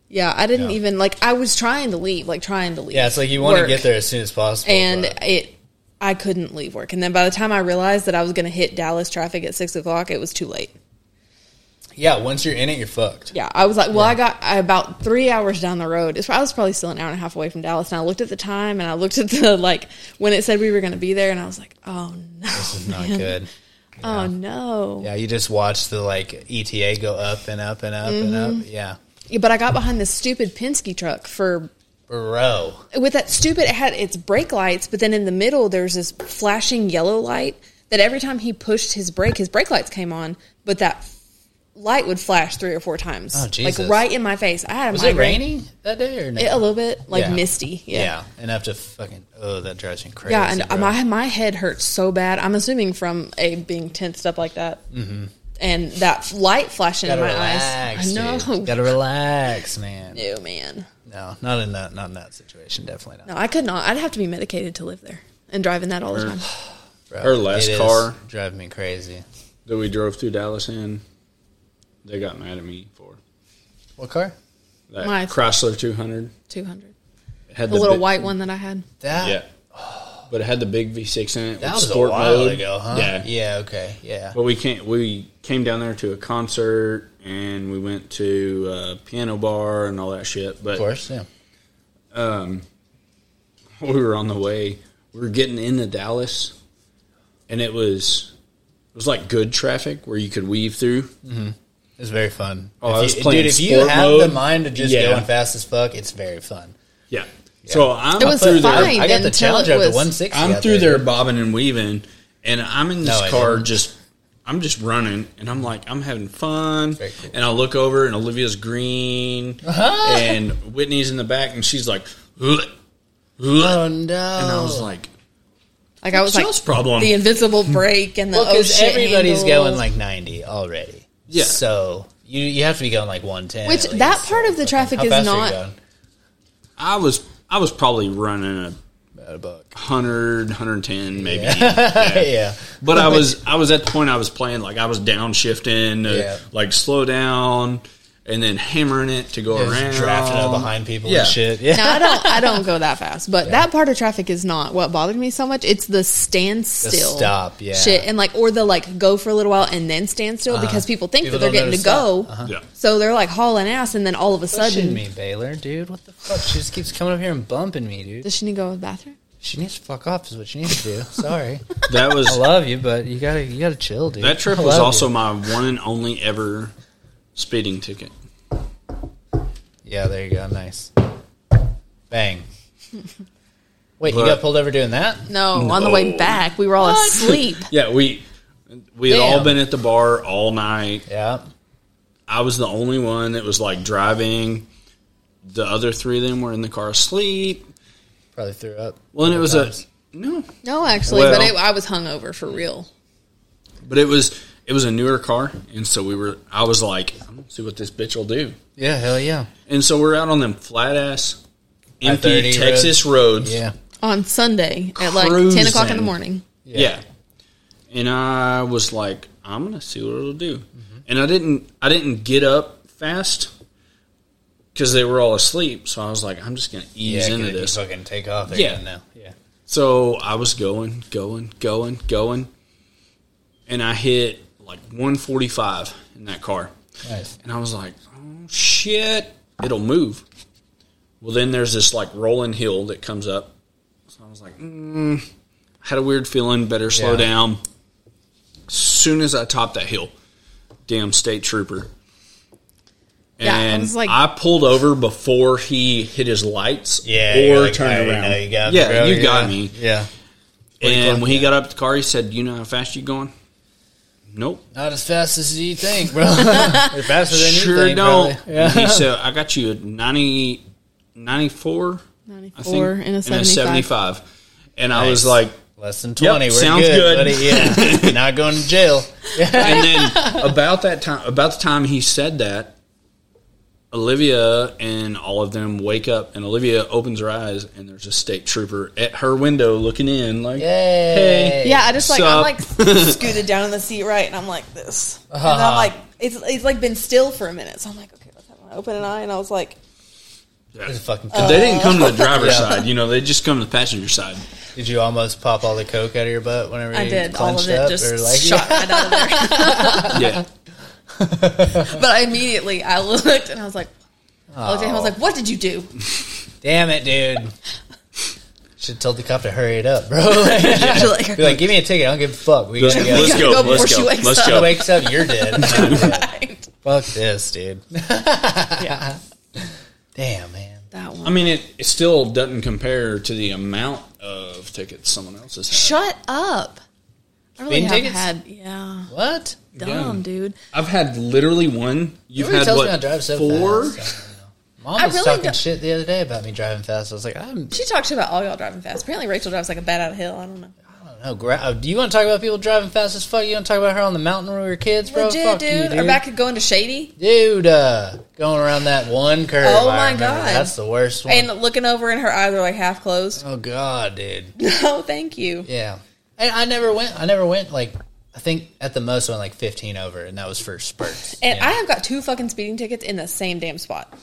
E: yeah, I didn't
A: Yeah.
E: even like. I was trying to leave, like trying to leave.
A: Yeah, it's like you want to
E: work.
A: get there as soon as possible.
E: and
A: but-
E: it i couldn't leave work and then by the time i realized that i was going to hit dallas traffic at six o'clock it was too late
A: yeah, once you're in it, you're fucked.
E: yeah i was like well i got I, about three hours down the road it's, i was probably still an hour and a half away from dallas and i looked at the time and i looked at the like when it said we were going to be there and i was like oh no
A: This is not
E: man.
A: good.
E: oh no
A: Yeah, you just watch the like ETA go up and up and up and up.
E: Mm-hmm.
A: Yeah,
E: but i got behind this stupid penske truck for
A: bro.
E: with that stupid it had its brake lights but then in the middle there's this flashing yellow light that every time he pushed his brake his brake lights came on but that light would flash three or four times
A: Oh, Jesus.
E: like right in my face i had a
A: Was it
E: migraine
A: raining that day or no?
E: It- a little bit like
A: Yeah.
E: misty yeah
A: yeah.
E: yeah,
A: enough to fucking. Oh, that drives me crazy.
E: and
A: bro.
E: my, my head hurts so bad i'm assuming from a being tensed up like that mm-hmm. and that light flashing in
A: gotta
E: my
A: relax.
E: eyes i know
A: dude. Gotta relax, man.
E: no man
A: No, not in that. Not in that situation. Definitely not.
E: no i could not i'd have to be medicated to live there and driving that all the time
A: Bro,
D: Her last
A: it is
D: car.
A: driving me crazy.
D: That we drove through Dallas in, they got mad at me for
A: What car?
D: that
E: My-
D: Chrysler 200.
E: 200
D: It had
E: the little
D: bi-
E: white one that I had.
A: That.
D: Yeah. But it had the big V6 in it.
A: That
D: with
A: was a
D: sport
A: while
D: mode.
A: ago, huh?
D: Yeah.
A: Okay. Yeah.
D: But we can't. We came down there to a concert and we went to uh piano bar and all that shit. But
A: Of course. Yeah.
D: we were on the way. We were getting into Dallas, and it was it was like good traffic where you could weave through.
A: It was very fun.
D: Oh,
A: if
D: I was
A: you,
D: playing
A: dude, if you
D: sport
A: have the
D: mode.
A: mind to just
D: Yeah.
A: going fast as fuck, it's very fun.
D: Yeah. So I'm
E: It was
D: through
E: fine.
D: there.
A: I got the
E: until
A: challenge
E: it
A: up to
E: was-
A: 160.
D: I'm
A: out
D: through there
A: dude.
D: bobbing and weaving, and I'm in this
A: No, I
D: car
A: didn't.
D: just. I'm just running, and I'm like, I'm having fun,
A: Very cool.
D: and I look over, and Olivia's green,
E: Uh-huh.
D: and Whitney's in the back, and she's like, "Ugh, ugh,"
A: Oh no!
D: and I was like,
E: Like I was like
D: "Sales problem."
E: the invisible brake and the
A: well, because
E: oh shit
A: everybody's
E: handle.
A: going like 90 already.
D: Yeah.
A: So you you have to be going like 110.
E: Which,
A: at least.
E: that part of the traffic
A: How
E: is
A: fast are you
E: not-
A: going?
D: I was, I was probably running a
A: About a buck.
D: 100, 110 maybe.
A: yeah.
D: But I was I was at the point I was playing like I was downshifting, uh,
A: Yeah.
D: like slow down, and then hammering it to go around,
A: Just drafting up behind people
D: Yeah.
A: and shit. Yeah.
E: Now I don't I don't go that fast, but that part of traffic is not what bothered me so much. It's the standstill
A: The stop, yeah.
E: shit, and like or the like go for a little while and then stand still because people think
A: Uh-huh. People
E: that they're
A: don't Uh-huh. know
E: getting
A: to
E: to
A: stop.
E: go,
D: Yeah.
E: so they're like hauling ass, and then all of a
A: Touching
E: sudden,
A: me, Baylor, dude. What the fuck? She just keeps coming up here and bumping me, dude.
E: does she need to go to the bathroom?
A: She needs to fuck off, is what she needs to do. Sorry,
D: That was
A: I love you, but you gotta you gotta chill, dude.
D: that trip
A: I
D: was
A: love
D: also
A: you.
D: my one and only ever speeding ticket.
A: yeah. There you go, nice. Bang. Wait,
D: But-
A: you got pulled over doing that?
E: No, on the way
D: No.
E: back, we were all asleep.
D: Yeah, we we had all
A: Damn.
D: been at the bar all night.
A: Yeah.
D: I was the only one that was like driving. The other three of them were in the car asleep.
A: Probably threw up.
D: Well, and it was
A: Sometimes.
D: a no,
E: No, actually, but
D: Well-
E: it, I was hungover for real.
D: but it was it was a newer car, and so we were. I was like, I'm gonna see what this bitch will do.
A: Yeah, hell yeah.
D: And so we're out on them flat ass empty
A: I-30
D: Texas roads.
A: Yeah.
E: On Sunday at like ten o'clock in
D: Cruising.
E: the morning.
D: Yeah. And I was like, I'm gonna see what it'll do.
A: Mm-hmm.
D: And I didn't I didn't get up fast because they were all asleep. So I was like, I'm just gonna
A: Yeah,
D: ease into
A: could you
D: this.
A: fucking take off.
D: Yeah.
A: Yeah, now. Yeah.
D: So I was going, going, going, going, and I hit like 145 in that car.
A: Nice.
D: And I was like, oh shit, it'll move. Well, then there's this like rolling hill that comes up. So I was like, mm, had a weird feeling, better slow
A: Yeah.
D: down. Soon as I topped that hill, damn state trooper.
E: Yeah, I
D: And I,
E: was like-
D: pulled over before he hit his lights
A: Yeah.
D: or
A: you're like, I
D: turned
A: already
D: around.
A: know you got me,
D: yeah,
A: bro.
D: you got
A: Yeah.
D: me.
A: Yeah.
D: And
A: fun,
D: when he
A: yeah.
D: got up to the car, he said, "You know how fast you going?" Nope,
A: Not as fast as you think, bro. You're faster than
D: sure
A: you think.
D: don't.
A: probably. Yeah.
D: He said, "I got you at 90, 94, I think,
E: Ninety-four and a seventy-five.
D: 75." And I was
A: Nice.
D: like,
A: Less than 20. We're
D: sounds
A: good.
D: good.
A: buddy. Yeah. Not going to jail.
D: and then about that time, about the time he said that, Olivia and all of them wake up, and Olivia opens her eyes, and there's a state trooper at her window looking in, like,
A: Yay.
E: Yeah, I just like I'm
D: Sup?
E: like scooted down in the seat right, and I'm like this, and I'm like it's it's like been still for a minute, so I'm like okay, what's happening? I open an eye, and I was like,
D: Yeah.
A: It's a fucking
D: They didn't come to the driver's
A: Yeah.
D: side, you know. They just come to the passenger side.
A: Did you almost pop all the coke out of your butt whenever
E: I
A: you
E: did all
A: clenched
E: of it,
A: up?
E: just
A: or like,
E: shot right out of there.
D: Yeah,
E: But I immediately I looked, and I was like, I looked at him, I was like, what did you do?
A: Damn it, dude. Should have told the cop to hurry it up, bro. Like,
E: Actually,
A: be like, give me a ticket. I don't give a fuck. We
D: Let's,
A: gotta go.
D: let's
E: gotta
D: go.
E: go before
D: Let's
E: she
D: go.
E: wakes
D: Let's
E: up.
D: go.
A: wakes up, you're dead.
E: right.
A: fuck this, dude.
E: yeah,
A: Damn, man.
E: that one.
D: I mean, it, it still doesn't compare to the amount of tickets someone else has. Had.
E: Shut up. I really
A: Speeding
E: have
A: tickets?
E: had yeah,
A: What?
E: dumb
D: Yeah.
E: dude.
D: I've had literally one. You've
A: Everybody tells me
D: had
A: I
D: what?
A: drive so
D: four.
A: fast. I don't know. Mom
E: I
A: was
E: really
A: talking
E: don't-
A: shit the other day about me driving fast. I was like, I'm,
E: She talked about all y'all driving fast. Apparently, Rachel drives like a bat out of hell. I don't know.
A: I don't know. Gra- uh, do you want to talk about people driving fast as fuck? You want to talk about her on the mountain when we were kids, bro?
E: Legit,
A: fuck
E: dude.
A: you, dude.
E: Or back at going to Shady
A: dude, uh, going around that one curve.
E: Oh
A: I
E: my
A: remember.
E: God.
A: that's the worst one.
E: and looking over, and her eyes are like half closed.
A: oh god, dude.
E: No, thank you.
A: Yeah, I, I never went. I never went like. I think at the most I went like 15 over, and that was for spurts.
E: And
A: Yeah.
E: I have got two fucking speeding tickets in the same damn spot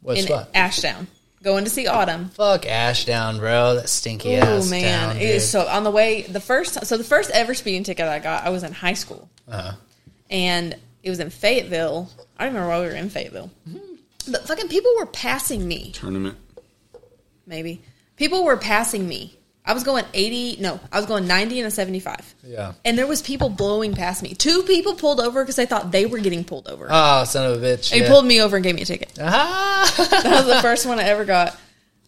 A: What
E: in
A: spot?
E: Ashdown. Going to see Autumn.
A: Fuck Ashdown, bro. That stinky
E: Oh
A: ass
E: man,
A: town,
E: it is
A: dude.
E: so on the way the first. So the first ever speeding ticket I got, I was in high school,
A: Uh,
E: and it was in Fayetteville. I don't remember why we were in Fayetteville, but fucking people were passing me.
D: Tournament.
E: Maybe people were passing me. I was going eighty. No, I was going ninety and a seventy-five.
A: Yeah.
E: and there was people blowing past me. Two people pulled over because they thought they were getting pulled over.
A: Oh, son of a bitch.
E: They
A: yeah.
E: pulled me over and gave me a ticket.
A: Ah!
E: That was the first one I ever got.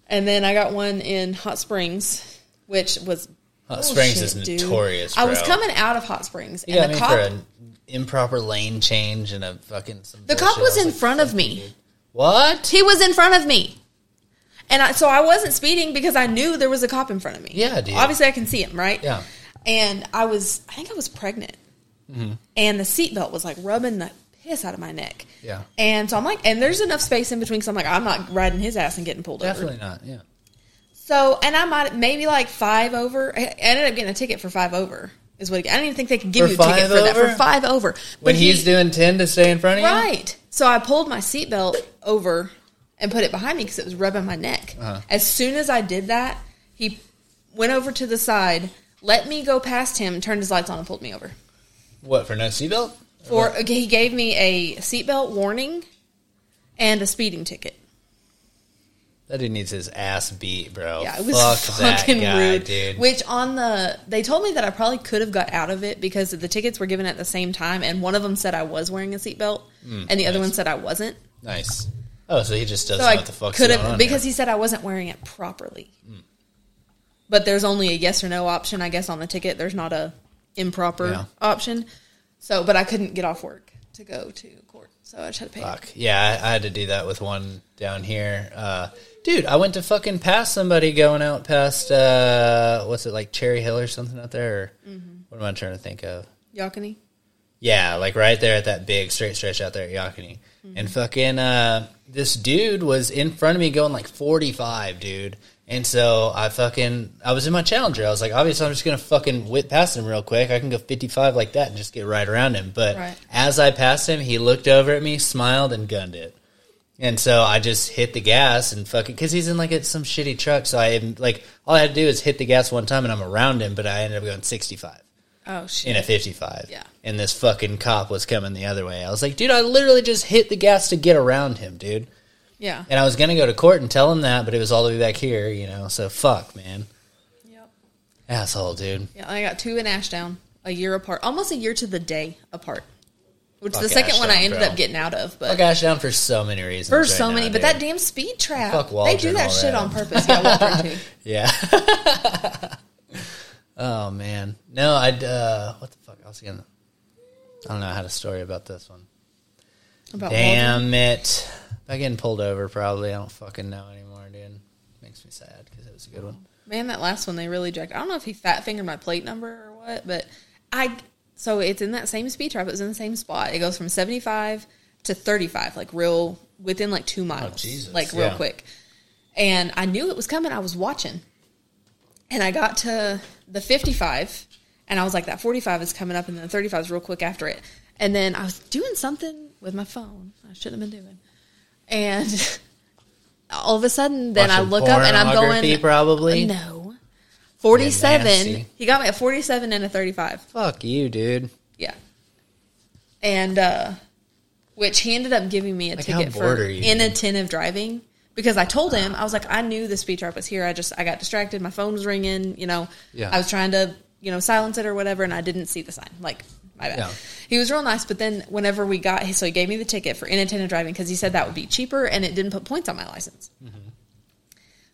E: And then I got one in Hot Springs, which was
A: Hot Springs is
E: bullshit, dude.
A: notorious.
E: I was
A: bro.
E: coming out of Hot Springs,
A: You got
E: and
A: me
E: the cop,
A: for an improper lane change and a fucking. Some
E: the cop
A: bullshit.
E: was
A: I
E: in
A: like,
E: front of me.
A: What?
E: He was in front of me, and I, so I wasn't speeding because I knew there was a cop in front of me.
A: Yeah, dude.
E: Obviously, I can see him, right?
A: Yeah.
E: and I was I think I was pregnant,
A: Mm-hmm.
E: and the seatbelt was like rubbing the piss out of my neck.
A: Yeah.
E: and so I'm like, and there's enough space in between, so I'm like, I'm not riding his ass and getting pulled
A: Definitely
E: over.
A: not. Yeah.
E: So, and I might maybe like five over. I I ended up getting a ticket for five over. Is what I didn't even think they could give
A: For
E: you a ticket
A: five
E: for that for
A: over?
E: five over. But
A: When he's doing 10 to stay in front of you?
E: right, So I pulled my seatbelt over and put it behind me because it was rubbing my neck.
A: Uh-huh.
E: As soon as I did that, he went over to the side, let me go past him, turned his lights on, and pulled me over.
A: What for no seatbelt?
E: For he gave me a seatbelt warning and a speeding ticket.
A: That dude needs his ass beat, bro.
E: Yeah, it was
A: Oh, Fuck that
E: fucking
A: guy,
E: rude.
A: dude.
E: Which on the they told me that I probably could have got out of it because the tickets were given at the same time, and one of them said I was wearing a seatbelt, and the other
A: Mm, nice.
E: one said I wasn't.
A: nice. Oh, so he just doesn't
E: So
A: know
E: I
A: what the fuck's
E: could
A: going
E: have
A: on
E: because
A: here.
E: he said I wasn't wearing it properly. But there's only a yes or no option, I guess, on the ticket. There's not a improper
A: Yeah.
E: option. So, but I couldn't get off work to go to court, so I just had to pay.
A: Fuck. Yeah, I, I had to do that with one down here. Uh, dude, I went to fucking pass somebody going out past, uh, what's it, like Cherry Hill or something out there? Or
E: Mm-hmm.
A: What am I trying to think of?
E: Yocony.
A: Yeah, like right there at that big straight stretch out there at Yocony. And fucking uh this dude was in front of me going like 45, dude. And so I fucking I was in my challenger. I was like, obviously I'm just going to fucking whip past him real quick. I can go 55 like that and just get right around him. But
E: Right.
A: as I passed him, he looked over at me, smiled and gunned it. And so I just hit the gas and fucking because he's in like a, some shitty truck. So I am- like all I had to do is hit the gas one time and I'm around him, but I ended up going 65
E: Oh shit!
A: in a 55.
E: Yeah.
A: And this fucking cop was coming the other way. I was like, dude, I literally just hit the gas to get around him, dude.
E: yeah.
A: And I was going to go to court and tell him that, but it was all the way back here, you know. So fuck, man.
E: Yep.
A: Asshole, dude.
E: Yeah, I got two in Ashdown, a year apart, almost a year to the day apart. Which
A: Fuck
E: the second one I
A: Ashdown,
E: ended
A: bro.
E: up getting out of,
A: I
E: but
A: gosh down for so many reasons.
E: for
A: right
E: so
A: now,
E: many.
A: dude.
E: But that damn speed trap,
A: Fuck
E: they
A: Waldron
E: do that
A: already.
E: shit on purpose. Yeah, Waldron too.
A: Yeah. oh, man. No, I'd, uh, what the fuck? I was going to, I don't know. I had a story about this one.
E: About Waldron.
A: Damn it. By getting pulled over, probably. I don't fucking know anymore, dude. Makes me sad because it was a good one.
E: man, that last one they really jacked. I don't know if he fat fingered my plate number or what, but I so it's in that same speed trap. It was in the same spot. It goes from seventy five to thirty five, like real within like two miles,
A: Jesus,
E: like real
A: yeah.
E: quick. And I knew it was coming. I was watching. and I got to the 55, and I was like, that 45 is coming up, and then the 35 is real quick after it. And then I was doing something with my phone I shouldn't have been doing, and all of a sudden, then I
A: Watching
E: look up and I'm
A: pornography,
E: going
A: probably?
E: no 47.
A: nasty.
E: He got me a 47 and a 35.
A: Fuck you, dude.
E: Yeah, and uh, which he ended up giving me a
A: Like, how
E: ticket for
A: bored are you?
E: inattentive driving because I told him I was like I knew the speed trap was here. I just I got distracted. My phone was ringing. You know,
A: Yeah.
E: I was trying to you know silence it or whatever, and I didn't see the sign. Like my bad.
A: Yeah.
E: He was real nice, but then whenever we got so he gave me the ticket for inattentive driving because he said that would be cheaper and it didn't put points on my license.
A: Mm-hmm.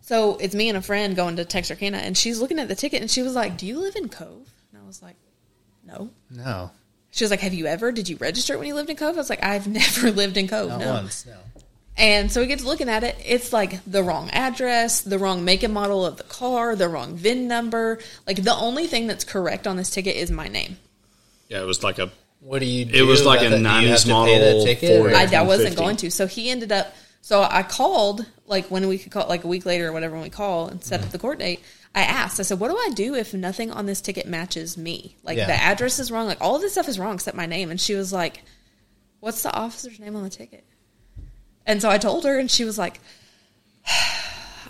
E: So it's me and a friend going to Texarkana, and she's looking at the ticket and she was like, "Do you live in Cove?" And I was like, "No."
A: No.
E: She was like, "Have you ever? Did you register when you lived in Cove?" I was like, "I've never lived in Cove,
A: Not
E: no."
A: once. No.
E: And so we get to looking at it. It's like the wrong address, the wrong make and model of the car, the wrong VIN number. Like the only thing that's correct on this ticket is my name.
D: Yeah, it was like a
A: What do you do?
D: It was like
A: about
D: a
A: that? Do you
D: 90s
A: have to pay that
D: model
A: ticket,
D: Ford.
A: or-
E: I, I wasn't
D: 15.
E: going to. So he ended up. So I called like when we could call like a week later or whatever when we call and set up the court date. I asked. I said, "What do I do if nothing on this ticket matches me? Like
A: Yeah.
E: the address is wrong. Like all of this stuff is wrong except my name." And she was like, "What's the officer's name on the ticket?" And so I told her, and she was like,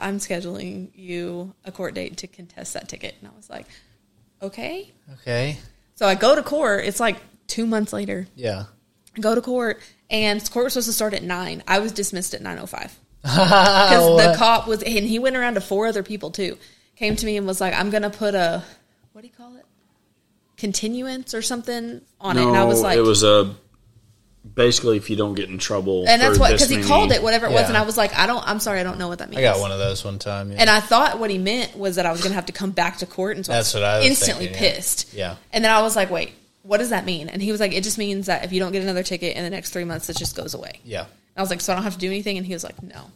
E: "I'm scheduling you a court date to contest that ticket." And I was like, "Okay."
A: Okay.
E: So I go to court. It's like two months later
A: Yeah.
E: go to court and court was supposed to start at 9 i was dismissed at 9.05 because
A: Because
E: the cop was and he went around to four other people too came to me and was like i'm gonna put a what do you call it continuance or something on it and i was like
D: it was a basically if you don't get in trouble,
E: and that's
D: for
E: what
D: this
E: because he
D: many-
E: called it whatever it was
A: Yeah.
E: and i was like i don't i'm sorry i don't know what that means
A: I got one of those one time. Yeah.
E: and I thought what he meant was that I was going to have to come back to court, and so
A: That's
E: I was
A: what I was
E: instantly
A: thinking, yeah.
E: pissed.
A: Yeah.
E: and then I was like, "Wait, what does that mean?" And he was like, "It just means that if you don't get another ticket in the next three months, it just goes away."
A: yeah.
E: And I was like, so I don't have to do anything? And he was like, no.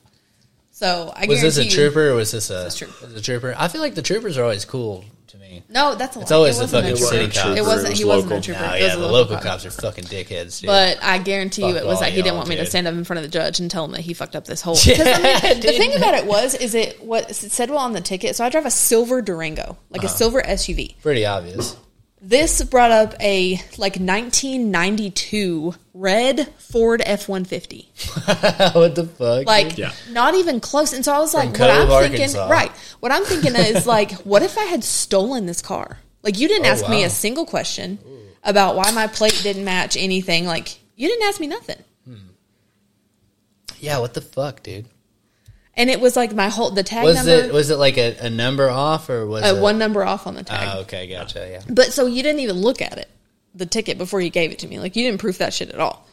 E: So I
A: Was this a
E: guarantee you-
A: trooper or was this a,
E: This is a trooper.
A: was it a trooper? I feel like the troopers are always cool to me.
E: No, that's a lie.
A: It's always
E: It
A: the
E: wasn't a
A: fucking
E: trooper.
A: city cops.
E: It wasn't.
D: It was
E: he wasn't
D: local.
E: a trooper.
A: Nah,
E: It was
A: yeah,
E: a
A: the local
E: cop.
A: cops are fucking dickheads, dude.
E: But I guarantee you,
A: Fuck
E: it was
A: all
E: like he didn't
A: y'all,
E: want me to
A: dude.
E: stand up in front of the judge and tell him that he fucked up this whole.
A: Yeah,
E: 'Cause, I mean, the
A: dude.
E: thing about it was, is it
A: Uh-huh.
E: what it said well on the ticket? So I drive a silver Durango, like a silver SUV.
A: Pretty obvious.
E: This brought up a like 1992 red Ford F150.
A: what the fuck?
E: Like
D: Yeah.
E: not even close. And so I was like, what
A: Cove,
E: I'm thinking,
A: Arkansas.
E: right? What I'm thinking is like, what if I had stolen this car? Like you didn't
A: Oh,
E: ask me
A: wow.
E: a single question about why my plate didn't match anything. Like you didn't ask me nothing.
A: yeah, what the fuck, dude?
E: And it was like my whole the tag
A: Was
E: number
A: it was it like a, a number off or was
E: uh,
A: it
E: one number off on the tag.
A: Oh, okay, gotcha. Yeah,
E: But so you didn't even look at it, the ticket before you gave it to me. Like you didn't proof that shit at all.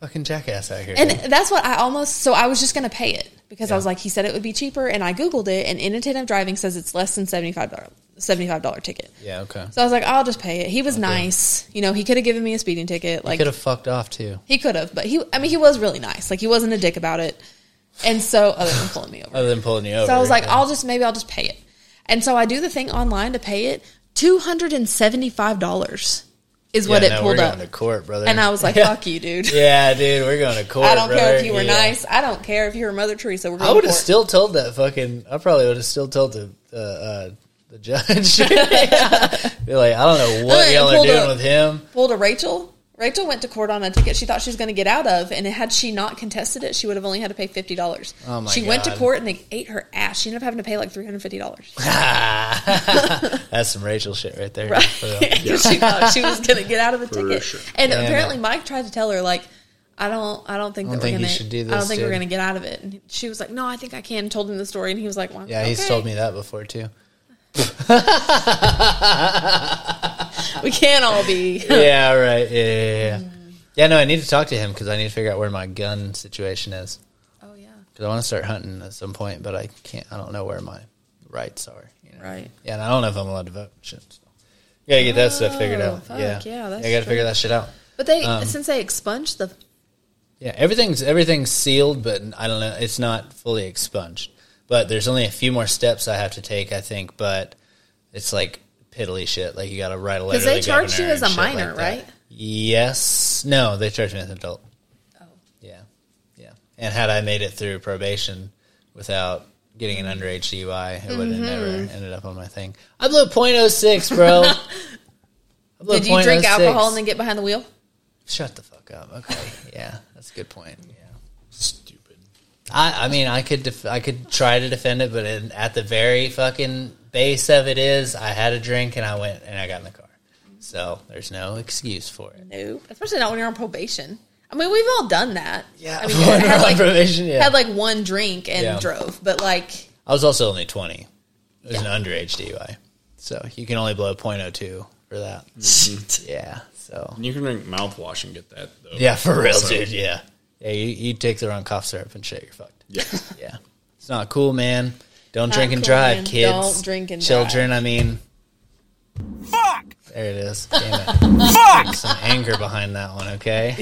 A: fucking jackass out here.
E: And
A: dude.
E: that's what I almost so I was just gonna pay it because I was like, he said it would be cheaper, and I googled it, and inattentive driving says it's less than seventy five dollar seventy five dollar ticket.
A: yeah, okay.
E: So I was like, I'll just pay it. He was nice, you know. He could have given me a speeding ticket, like
A: Could have fucked off too.
E: he could have, but he I mean he was really nice, like he wasn't a dick about it. And so oh, other than pulling me over,
A: Other than pulling you over.
E: so I was like,
A: yeah.
E: I'll just maybe I'll just pay it. And so I do the thing online to pay it. Two hundred and seventy five dollars is what
A: Yeah,
E: it
A: no,
E: pulled
A: we're
E: up.
A: Going to court, brother.
E: And I was like,
A: Yeah.
E: fuck you, dude.
A: Yeah, dude, we're going to court.
E: I don't care if
A: brother.
E: you were
A: Yeah.
E: nice. I don't care if you were Mother Teresa. We're going
A: I would
E: to
A: have
E: court.
A: still told that fucking. I probably would have still told the uh, uh, the judge. Be like, I don't know what
E: Uh,
A: y'all are
E: pulled
A: doing
E: up.
A: with him.
E: pulled a Rachel. Rachel went to court on a ticket she thought she was going to get out of, and had she not contested it, she would have only had to pay fifty dollars.
A: Oh, my
E: she went to
A: God.
E: court and they ate her ass. She ended up having to pay like three hundred fifty dollars.
A: That's some Rachel shit right there.
E: Right?
A: For real.
E: she thought she was going to get out of the
D: For
E: ticket,
D: sure.
E: and
A: Damn
E: apparently
A: it.
E: Mike tried to tell her like, "I don't, I don't think
A: I don't think
E: that we're
A: you
E: going to.
A: should do
E: I
A: this,
E: don't think we're
A: dude."
E: going to get out of it." And she was like, "No, I think I can." Told him the story, and he was like, well,
A: Yeah, he's
E: okay.
A: told me that before too.
E: we can't all be."
A: yeah, right. Yeah, yeah, yeah. yeah.
E: Mm.
A: Yeah, no, I need to talk to him because I need to figure out where my gun situation is
E: oh yeah,
A: because I want to start hunting at some point, but I can't. I don't know where my rights are. You know?
E: right.
A: Yeah, and I don't know if I'm allowed to vote. Shit. so. Gotta get that stuff figured
E: Oh,
A: out.
E: fuck,
A: yeah,
E: yeah, that's
A: I gotta
E: true.
A: figure that shit out.
E: But they
A: Um,
E: since they expunged the
A: Yeah, everything's everything's sealed, but I don't know. It's not fully expunged. But there's only a few more steps I have to take, I think. But it's like piddly shit. Like you got to write a letter.
E: because they
A: to the
E: charged you
A: governor
E: as a
A: and shit
E: minor,
A: like that.
E: right?
A: Yes. No, they charged me as an adult.
E: Oh.
A: Yeah, yeah. And had I made it through probation without getting an underage DUI, it would have never
E: Mm-hmm.
A: ended up on my thing. I blew .06, bro. I blew
E: Did you drink
A: 0.06.
E: alcohol and then get behind the wheel?
A: Shut the fuck up. Okay. Yeah, that's a good point. Yeah.
D: Stupid.
A: I, I mean, I could def- I could try to defend it, but in, at the very fucking base of it is, I had a drink and I went and I got in the car. So there's no excuse for it.
E: No, especially not when you're on probation. I mean, we've all done that. I mean,
A: When we're
E: had
A: on
E: like,
A: probation, yeah.
E: had like one drink and
A: Yeah.
E: drove, but like,
A: I was also only 20. It was an underage DUI, so you can only blow .02 for that. Yeah. So
D: And you can drink mouthwash and get that though.
A: yeah, for real,
D: Also,
A: dude. Yeah. Yeah. You, you take the wrong cough syrup and shit, you're fucked.
D: Yeah.
A: Yeah. It's not cool, man. Don't
E: Not
A: drink and
E: cool,
A: drive,
E: man.
A: kids.
E: Don't drink and
A: Children, I mean.
F: Fuck!
A: There it is. Damn it.
F: Fuck!
A: Some anger behind that one, okay?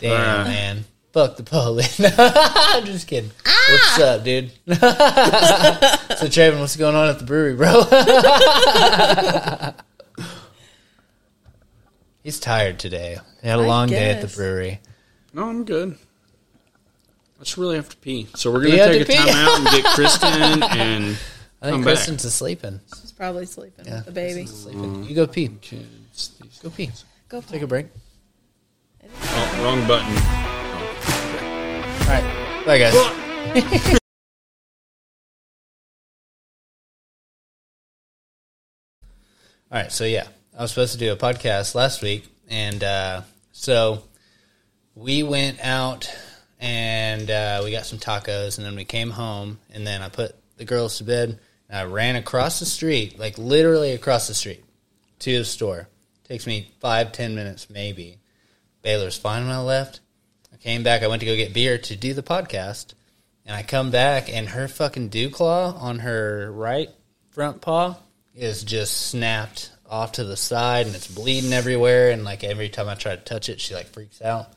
A: Damn,
D: Uh.
A: man. Fuck the police. I'm just kidding.
E: Ah!
A: What's up, dude? so, Trayvon, what's going on at the brewery, bro? He's tired today. He had a
E: I
A: long day at the
E: guess.
A: brewery.
D: No, I'm good. I just really have to pee. So we're gonna
A: You have
D: take a
A: to pee?
D: time out and get Kristen and
A: I think
D: I'm back.
A: Kristen's sleeping.
E: she's probably sleeping with the baby.
A: sleeping. You go pee.
D: kids. These-
A: Go pee.
E: Go
A: Take a break.
D: Oh, wrong button.
A: All right. Bye, guys. All right, so yeah, I was supposed to do a podcast last week, and uh, so we went out and uh, we got some tacos, and then we came home, and then I put the girls to bed, and I ran across the street, like literally across the street, to the store. Takes me five, ten minutes maybe. Baylor's fine when I left. I came back. I went to go get beer to do the podcast, and I come back, and her fucking dew claw on her right front paw is just snapped off to the side, and it's bleeding everywhere. And like every time I try to touch it, she like freaks out.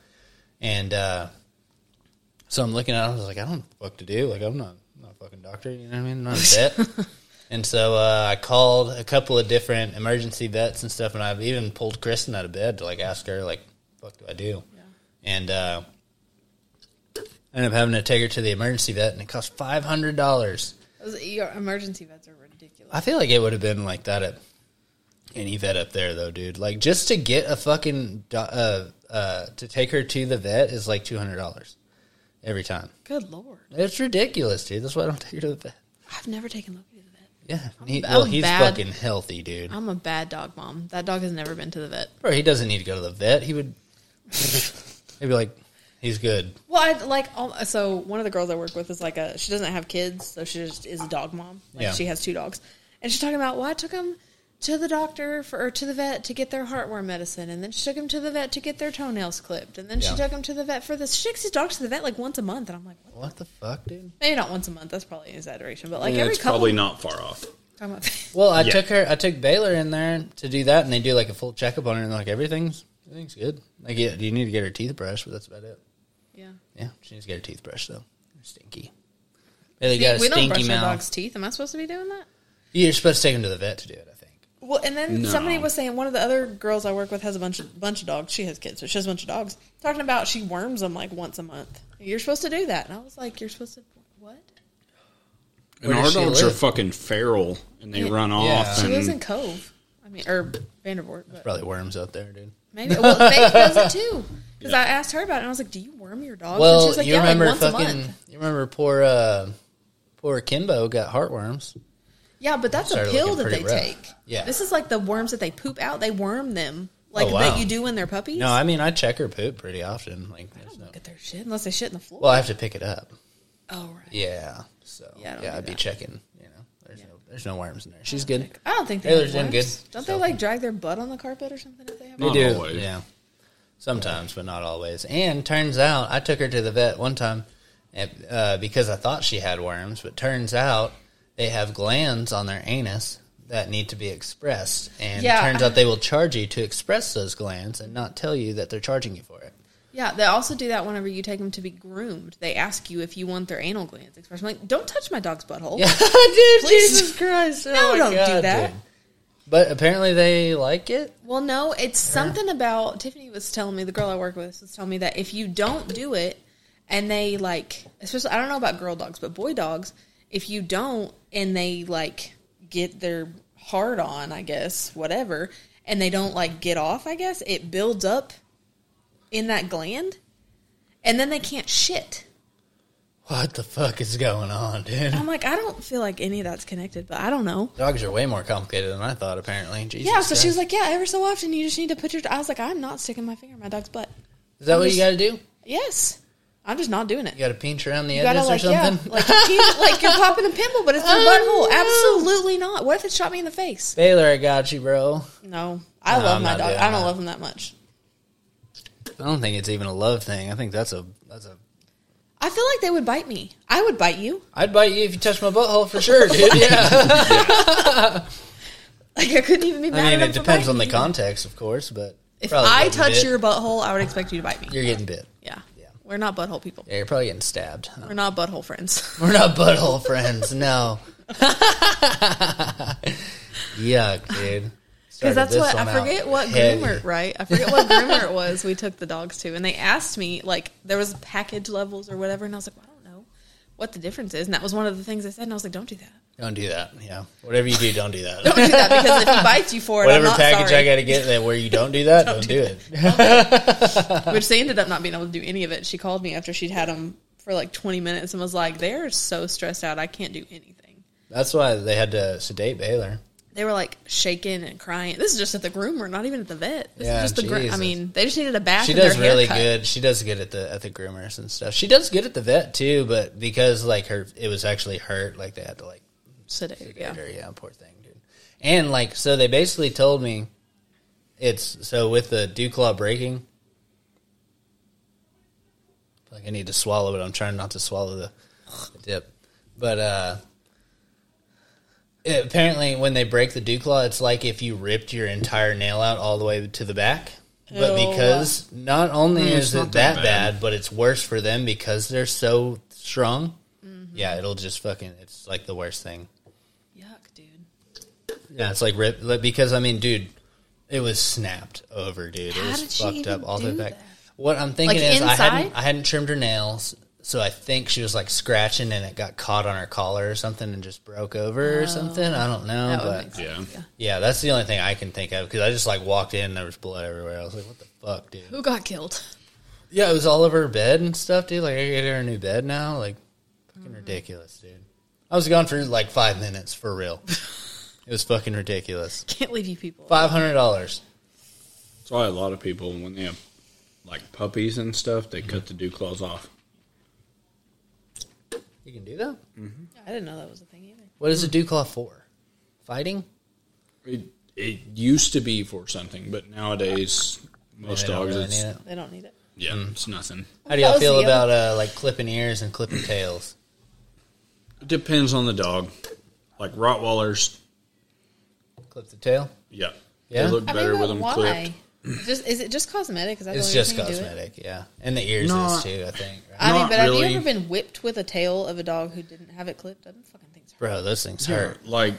A: And uh, so I'm looking at it. I was like, I don't know what the fuck to do. Like I'm not, I'm not a fucking doctor. You know what I mean? I'm not a vet. and so uh, I called a couple of different emergency vets and stuff, and I've even pulled Kristen out of bed to like ask her like, "What do I do?" And uh, I ended up having to take her to the emergency vet, and it cost five hundred dollars.
E: Those ER E emergency vets are ridiculous.
A: I feel like it would have been like that at any vet up there, though, dude. Like just to get a fucking do- uh, uh, to take her to the vet is like two hundred dollars every time.
E: Good lord,
A: It's ridiculous, dude. That's why I don't take her to the vet.
E: I've never taken Loki to the vet.
A: Yeah, he,
E: I'm
A: well, he's
E: bad.
A: fucking healthy, dude.
E: I'm a bad dog mom. That dog has never been to the vet.
A: Bro, he doesn't need to go to the vet. He would maybe like he's good.
E: Well, I like all, so one of the girls I work with is like a she doesn't have kids, so she just is a dog mom. Like
A: Yeah.
E: she has two dogs, and she's talking about well, I took them to the doctor for or to the vet to get their heartworm medicine, and then she took them to the vet to get their toenails clipped, and then
A: Yeah.
E: she took them to the vet for this. She takes these dogs to the vet like once a month, and I'm like, what?
A: What the fuck, dude?
E: maybe not once a month. That's probably an exaggeration, but like
D: Yeah,
E: every
D: it's
E: couple.
D: probably not far off.
E: Talking about,
A: Well, I
D: Yeah.
A: took her. I took Baylor in there to do that, and they do like a full checkup on her, and they're like everything's everything's good. Like, yeah, you need to get her teeth brushed, but that's about it.
E: yeah.
A: Yeah, she needs to get her teeth brushed though. They're stinky. Baylor
E: See,
A: got a
E: we don't
A: stinky
E: brush our
A: mouth.
E: dog's teeth. Am I supposed to be doing that?
A: You're supposed to take them to the vet to do it. I think.
E: Well, and then
D: No.
E: somebody was saying one of the other girls I work with has a bunch of bunch of dogs. She has kids, so she has a bunch of dogs. Talking about she worms them like once a month. You're supposed to do that, and I was like, you're supposed to what?
D: And
A: Where
D: our
A: does she
D: dogs are
A: live?
D: fucking feral, and they run off.
E: She
A: Um,
D: and
E: lives in Cove. I mean, or Vanderbilt, but
A: Probably worms out there, dude.
E: maybe well, Faith does it too. Because I asked her about it, and I was like, "Do you worm your dogs?" and she
A: Well,
E: was like,
A: you remember
E: like once a
A: fucking.
E: month."
A: You remember poor uh, poor Kimbo got heartworms.
E: Yeah, but that's a
A: Started
E: pill
A: looking
E: that they
A: pretty rough.
E: take.
A: Yeah.
E: this is like the worms that they poop out. They worm them like
A: Oh, wow.
E: that you do when they're puppies.
A: No, I mean I check her poop pretty often. Like, there's no.
E: look at their shit unless they shit in the floor.
A: Well, I have to pick it up.
E: oh right.
A: Yeah. So
E: Yeah, I
A: yeah,
E: don't
A: I
E: do
A: would be
E: that.
A: checking. You know, there's no there's no worms in there. She's good.
E: I don't think they
A: Taylor's
E: have worms.
A: doing good.
E: Don't
A: So-
E: they like drag their butt on the carpet or something if they have?
A: They
E: worms?
D: Not
A: do.
D: always.
A: Yeah. Sometimes, but not always. And turns out, I took her to the vet one time and, uh, because I thought she had worms, but turns out they have glands on their anus that need to be expressed. And
E: Yeah.
A: turns out they will charge you to express those glands and not tell you that they're charging you for it.
E: Yeah, they also do that whenever you take them to be groomed. They ask you if you want their anal glands expressed. I'm like, don't touch my dog's butthole.
A: Yeah, dude,
E: Please.
A: Jesus Christ. Oh
E: No,
A: my
E: don't do
A: God,
E: that.
A: dude. But apparently they like it.
E: Well, no, it's something about Tiffany was telling me the girl I work with was telling me that if you don't do it, and they like, especially I don't know about girl dogs, but boy dogs, if you don't and they like get their hard on, I guess whatever, and they don't like get off, I guess it builds up in that gland, and then they can't shit.
A: What the fuck is going on, dude?
E: I'm like, I don't feel like any of that's connected, but I don't know.
A: Dogs are way more complicated than I thought, apparently. Jesus
E: Yeah, so she was
A: Christ.
E: like, yeah, every so often you just need to put your. I was like, I'm not sticking my finger in my dog's butt.
A: Is that what
E: just-
A: you gotta do?
E: Yes, I'm just not doing it.
A: You got to pinch around the
E: You gotta
A: edges
E: like,
A: or
E: yeah,
A: something.
E: like, you- like you're popping a pimple, but it's their
A: Oh,
E: butthole. Absolutely not. What if it shot me in the face?
A: Baylor, I got you, bro.
E: No, I
A: No,
E: love
A: I'm
E: my
A: not
E: dog.
A: doing
E: I don't
A: that.
E: love him that much.
A: I don't think it's even a love thing. I think that's a that's a.
E: I feel like they would bite me. I would bite you.
A: I'd bite you if you touched my butthole for sure, dude. Yeah.
E: Like I couldn't even be mad.
A: I mean,
E: at
A: it
E: him for
A: depends on the
E: biting me.
A: context, of course, but
E: If
A: probably
E: I
A: getting
E: touch
A: bit.
E: your butthole, I would expect you to bite me.
A: you're getting bit.
E: Yeah,
A: Yeah.
E: we're not butthole people.
A: Yeah, you're probably getting stabbed.
E: We're not butthole friends.
A: We're not butthole friends, no. Yuck, dude. Started
E: Because that's
A: this
E: what
A: one
E: I
A: out
E: forget what
A: heavy.
E: groomer, right? I forget what groomer it was we took the dogs to, and they asked me like there was package levels or whatever, and I was like, well, I don't know what the difference is, and that was one of the things I said, and I was like, don't do that.
A: Don't do that. Yeah, whatever you do, don't do that.
E: don't do that because if he bites you for it,
A: Whatever
E: I'm not
A: package
E: sorry.
A: I got to get that where you don't do that, don't, do it.
E: Which they ended up not being able to do any of it. She called me after she'd had him for like 20 minutes and was like, "They're so stressed out. I can't do anything."
A: That's why they had to sedate Baylor.
E: They were like shaking and crying. This is just at the groomer, not even at the vet. This
A: Yeah,
E: is just the gr- I
A: Jesus.
E: mean, they just needed a bath.
A: she
E: and
A: does
E: their hair
A: really
E: cut.
A: good. She does good at the at the groomers and stuff. She does good at the vet too, but because like her, it was actually hurt. Like they had to like
E: Sedate,
A: yeah,
E: yeah.
A: her, yeah poor thing, dude. And like so, they basically told me it's so with the dew claw breaking. Like I need to swallow it. I'm trying not to swallow the, the dip, but uh. it- apparently, when they break the dew claw, it's like if you ripped your entire nail out all the way to the back. But
E: Ew.
A: because not only is
D: Hmm, not
A: it
D: that
A: that
D: bad.
A: bad. but it's worse for them because they're so strong. Yeah, it'll just fucking. It's like the worst thing.
E: Yuck, dude.
A: Yeah, it's like rip like, because I mean, dude, it was snapped over, dude.
E: How
A: it was
E: did she
A: fucked
E: even
A: up all the way
E: do
A: back.
E: that?
A: What I'm thinking
E: Like,
A: is I hadn't
E: inside?
A: I hadn't trimmed her nails, so I think she was like scratching and it got caught on her collar or something and just broke over or something. I don't know,
E: Oh. That would
A: but
E: make sense.
D: Yeah.
A: yeah, that's the only thing I can think of because I just like walked in and there was blood everywhere. I was like, what the fuck, dude?
G: Who got killed?
A: Yeah, it was all over her bed and stuff, dude. Like I get her a new bed now, like fucking
E: Mm-hmm.
A: ridiculous, dude. I was gone for like five minutes for real. it was fucking ridiculous.
E: Can't leave you people.
A: Five hundred dollars.
D: That's why a lot of people, when they have like puppies and stuff,
A: Mm-hmm.
D: they cut the dew claws off.
A: You can do that.
E: I didn't know that was a thing either.
A: What is a dew claw for? Fighting?
D: It, it used to be for something, but nowadays most
A: They don't
D: dogs,
A: really
D: it's,
A: need it. Mm.
E: They don't need it.
D: yeah, it's nothing.
A: How do y'all
E: That was
A: feel
E: the
A: about uh, like clipping ears and clipping tails?
D: It depends on the dog. Like Rottweilers,
A: Clip the tail.
D: yeah,
A: Yeah?
D: they look
E: I
D: better
E: mean,
D: with
E: but
D: them clipped.
E: why? just is it just cosmetic? Is that
A: It's
E: the only
A: just
E: thing you do it?
A: cosmetic, yeah, and the ears
D: No,
A: is
D: I-
A: too. I think, right?
E: I mean,
D: Not
E: but have
D: really.
E: you ever been whipped with a tail of a dog who didn't have it clipped? I don't fucking think so.
A: bro. Those things hurt.
D: Like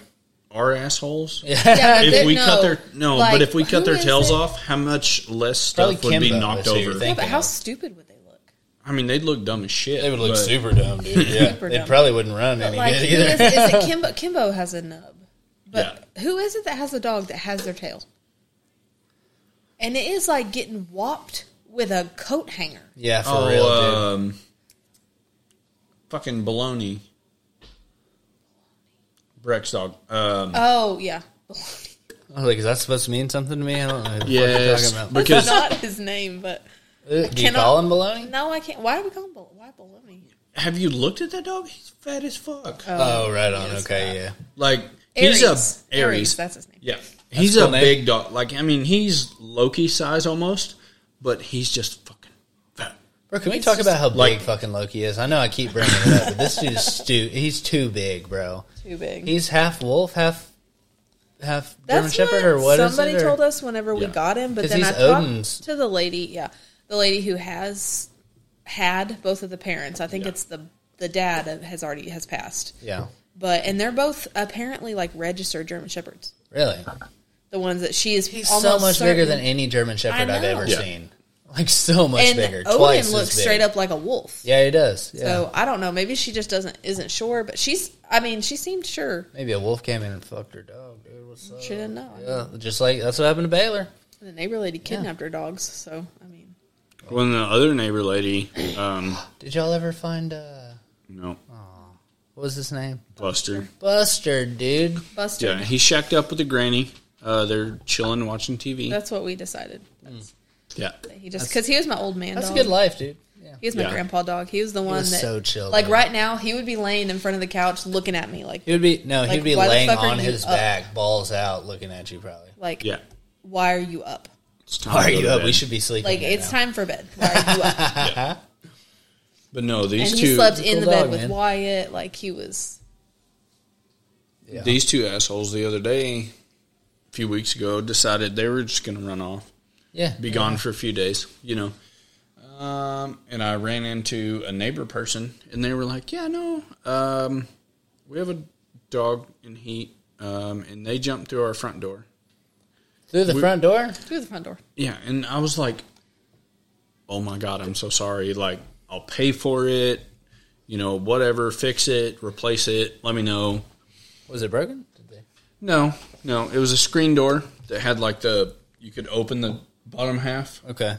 D: our assholes.
E: Yeah, but
D: If
E: there-
D: we cut
E: no,
D: their no,
E: like,
D: but if we cut
E: who
D: their
E: is
D: tails
E: it?
D: off, how much less
A: Probably
D: stuff would be
A: Kimbo is
D: knocked
A: who you're
D: over?
E: Yeah,
A: thinking.
E: but how stupid would they look?
D: I mean, they'd look dumb as shit.
A: They would look
D: but-
A: super dumb, dude. Yeah,
E: Super
A: they
E: dumb.
A: probably wouldn't run any
E: Like,
A: good
E: who
A: either.
E: is, is it Kimbo? Kimbo has a nub, but who is it that has a dog that has their tail? And it is like getting whopped with a coat hanger.
A: yeah, for
D: Oh,
A: real, dude.
D: um, fucking baloney. Breck's dog. Um,
E: Oh yeah,
A: I was like, is that supposed to mean something to me? I don't know. What
D: yes,
A: you're talking about.
E: that's
D: because
E: not his name, but
A: Uh, Do you
E: cannot-
A: call him baloney?
E: no, I can't. Why do we call him? Bal- Why baloney?
D: have you looked at that dog? He's fat as fuck.
E: Uh,
A: Oh, right on. Okay, yeah.
D: like he's a Aries.
E: That's his name.
D: yeah, he's
A: cool
D: a
A: name.
D: big dog. Like I mean, he's Loki size almost, but he's just fucking fat.
A: Bro, can we talk about how big
D: like-
A: fucking Loki is? I know I keep bringing it up, but this dude's stu- He's too big, bro.
E: Too big.
A: He's half wolf, half half German
E: That's
A: Shepherd,
E: what
A: or what is
E: somebody
A: it? or-
E: told us whenever we
D: Yeah.
E: got him. But
A: 'Cause
E: then
A: he's
E: I talked
A: Odin's.
E: to the lady, yeah, the lady who has had both of the parents. I think
D: Yeah.
E: it's the the dad that has already has passed,
A: Yeah,
E: but and they're both apparently like registered German shepherds.
A: really.
E: The ones that she is
A: He's
E: almost
A: so much bigger than
E: certain-
A: any German Shepherd I've
E: know.
A: ever
D: Yeah.
A: seen. Like so much
E: and
A: bigger,
E: Odin
A: twice as
E: looks
A: big.
E: straight up like a wolf.
A: Yeah, he does. Yeah,
E: So I don't know. Maybe she just doesn't isn't sure, but she's. I mean, she seemed sure.
A: maybe a wolf came in and fucked her dog, dude. What's up?
E: She didn't know.
A: Yeah, just like that's what happened to Baylor.
E: The neighbor lady kidnapped her dogs. So I mean,
D: When the other neighbor lady, um,
A: Did y'all ever find uh,
D: no,
A: what was his name?
D: Buster.
A: Buster, dude.
E: Buster.
D: Yeah, he shacked up with the granny. Uh, they're chilling, watching TV.
E: That's what we decided.
D: yeah,
E: He just because he was my old man.
A: That's a
E: dog.
A: good life, dude. Yeah.
E: He was my
D: Yeah.
E: grandpa dog. He was the one
A: was
E: that
A: so chill,
E: Like
A: man.
E: right now, he would be laying in front of the couch looking at me like,
A: He would be no, he'd
E: Like,
A: be
E: why the
A: laying
E: fuck are
A: on
E: you
A: his
E: up?
A: back, balls out, looking at you probably.
E: like,
D: yeah.
E: why are you up?
D: It's time
A: Why are
D: to go
A: you
D: to
A: up?
D: bed.
A: We should be sleeping.
E: Like
A: right
E: it's
A: now.
E: time for bed. Why are you up?
D: But no,
E: and
D: these
E: he
D: two,
E: slept
A: cool
E: in the bed
A: dog,
E: with
A: man.
E: Wyatt. Like he was.
A: Yeah.
D: these two assholes, the other day, a few weeks ago, decided they were just going to run off,
A: Yeah.
D: be gone for a few days, you know. Um, and I ran into a neighbor person, and they were like, "Yeah, no, um, we have a dog in heat," um, and they jumped through our front door.
A: Through the front door?
E: Through the front door.
D: Yeah, and I was like, "Oh my god, I'm so sorry. Like, I'll pay for it. You know, whatever, fix it, replace it. Let me know."
A: Was it broken? Did they?
D: No, no, it was a screen door that had like the you could open the bottom half,
A: Okay.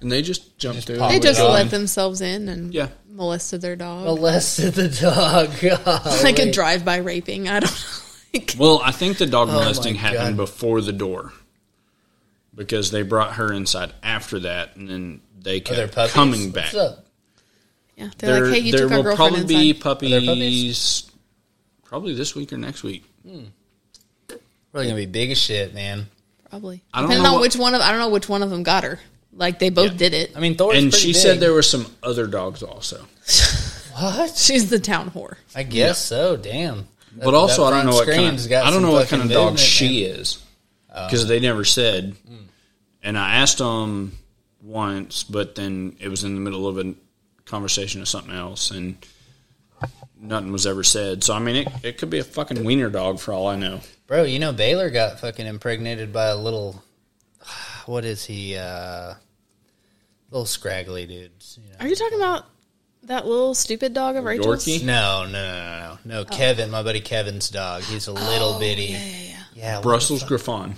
D: and they just jumped through.
A: pop
D: it.
A: They just
D: Um,
A: let
G: themselves in and
D: Yeah.
G: molested their dog.
A: Molested the dog. God,
G: like a
A: wait.
G: drive-by raping. I don't know. Like,
D: Well, I think the dog
A: Oh my
D: molesting happened
A: God.
D: before the door because they brought her inside after that, and then they
A: Are there
D: kept
A: puppies?
D: coming back.
A: What's up?
G: yeah, they're
D: There,
G: like, hey, you
D: there
G: took our
D: will
G: girlfriend
D: probably
G: inside.
D: be
A: there
D: puppies,
A: puppies?
D: probably this week or next week.
A: Probably gonna be big as shit, man.
G: probably.
D: I don't
G: Depending
D: know
G: on
D: what-
G: which one of I don't know which one of them got her. Like they both
D: Yeah.
G: did it.
A: I mean, Thor's
D: and
A: pretty
D: she
A: big.
D: said there were some other dogs also.
A: what?
G: She's the town whore.
A: I guess so. Damn.
D: But also, I don't know what kind of, I don't know what kind of dog she is because they never said. And I asked them once, but then it was in the middle of a conversation or something else, and nothing was ever said. So I mean, it, it could be a fucking wiener dog for all I know.
A: Bro, you know Baylor got fucking impregnated by a little. What is he? uh Little scraggly dudes. You know?
G: Are you talking about
E: That little stupid dog of Rachel's.
D: Yorkie,
A: No, no, no, no, no.
E: Oh.
A: No, Kevin, my buddy Kevin's dog. He's a little bitty. Yeah, what the
D: Brussels
A: fuck-
D: Griffon.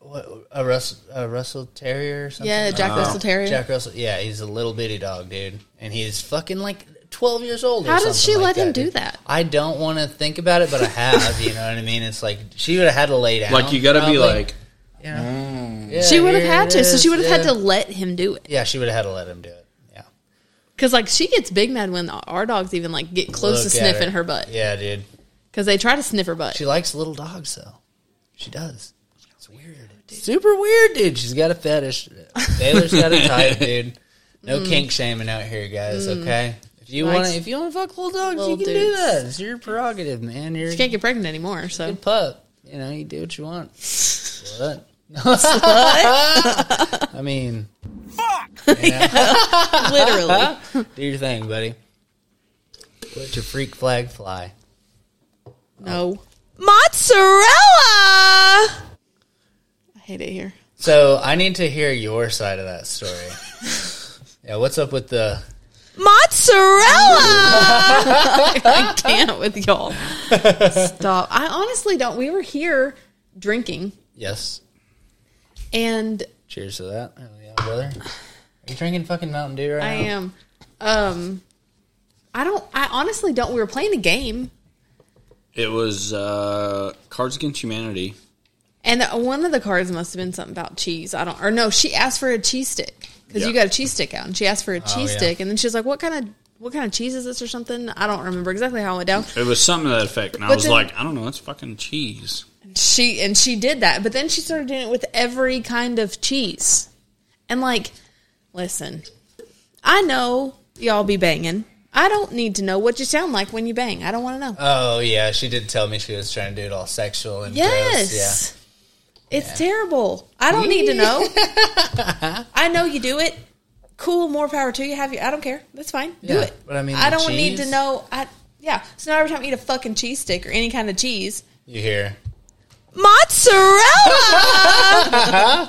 A: what- a Russell, a Russell Terrier or something.
E: Yeah, Jack Russell Terrier.
A: Jack Russell. Yeah, he's a little bitty dog, dude, and he's fucking like twelve years old. Or
E: How did
A: something
E: she
A: like
E: let him do
A: dude.
E: that?
A: I don't want to think about it, but I have. you know what I mean? It's like she would have had to lay down.
D: Like you got to be
A: probably.
D: like,
A: Yeah.
E: she
A: Yeah,
E: would have
A: here
E: had
A: it
E: to, so she
A: is,
E: would have had
A: yeah.
E: to let him do it.
A: Yeah, she would have had to let him do it. Yeah,
E: Because like she gets big mad when our dogs even like get close to
A: Look at
E: sniffing her butt.
A: Yeah, dude.
E: Because they try to sniff her butt.
A: She likes little dogs, though. She does. It's weird. Super weird, dude. She's got a fetish. Baylor's got a type, dude. No kink shaming out here, guys. Okay. If you want,
E: Mm. likes
A: to if you want to fuck little dogs,
E: little
A: you can do
E: dudes.
A: that. It's your prerogative, man. You're
E: She
A: a
E: can't get pregnant anymore, so
A: good pup. You know, you do what you want. Slut. I mean,
H: Fuck!
E: literally.
A: do your thing, buddy. Let your freak flag fly.
E: No.
B: Mozzarella.
E: I hate it here.
A: So I need to hear your side of that story. yeah, what's up with the
B: Mozzarella.
E: I can't with y'all. Stop. I honestly don't. We were here drinking
A: yes?
E: and
A: Cheers to that. Hell yeah, brother. Are you drinking fucking Mountain Dew right
E: I
A: now?
E: am um I don't I honestly don't we were playing a game
D: it was uh, Cards Against Humanity.
E: and the, one of the cards must have been something about cheese. I don't or no, she asked for a cheese stick cuz
D: Yeah.
E: you got a cheese stick out and she asked for a cheese
A: yeah.
E: stick and then she was like what kind of what kind of cheese is this or something? I don't remember exactly how it went down.
D: It was something to that effect, and I
E: But
D: was
E: then-
D: like, I don't know, it's fucking cheese.
E: she and she did that but then she started doing it with every kind of cheese and like listen i know y'all be banging i don't need to know what you sound like when you bang i don't want to know
A: Oh yeah, she did tell me she was trying to do it all sexual and gross.
E: yes it's terrible i don't need to know i know you do it cool more power to you have you i don't care that's fine do
A: Yeah,
E: it
A: but I mean,
E: i
A: the
E: don't need to
A: cheese-
E: know i yeah so now every time i eat a fucking cheese stick or any kind of cheese
A: Yeah. You hear?
E: mozzarella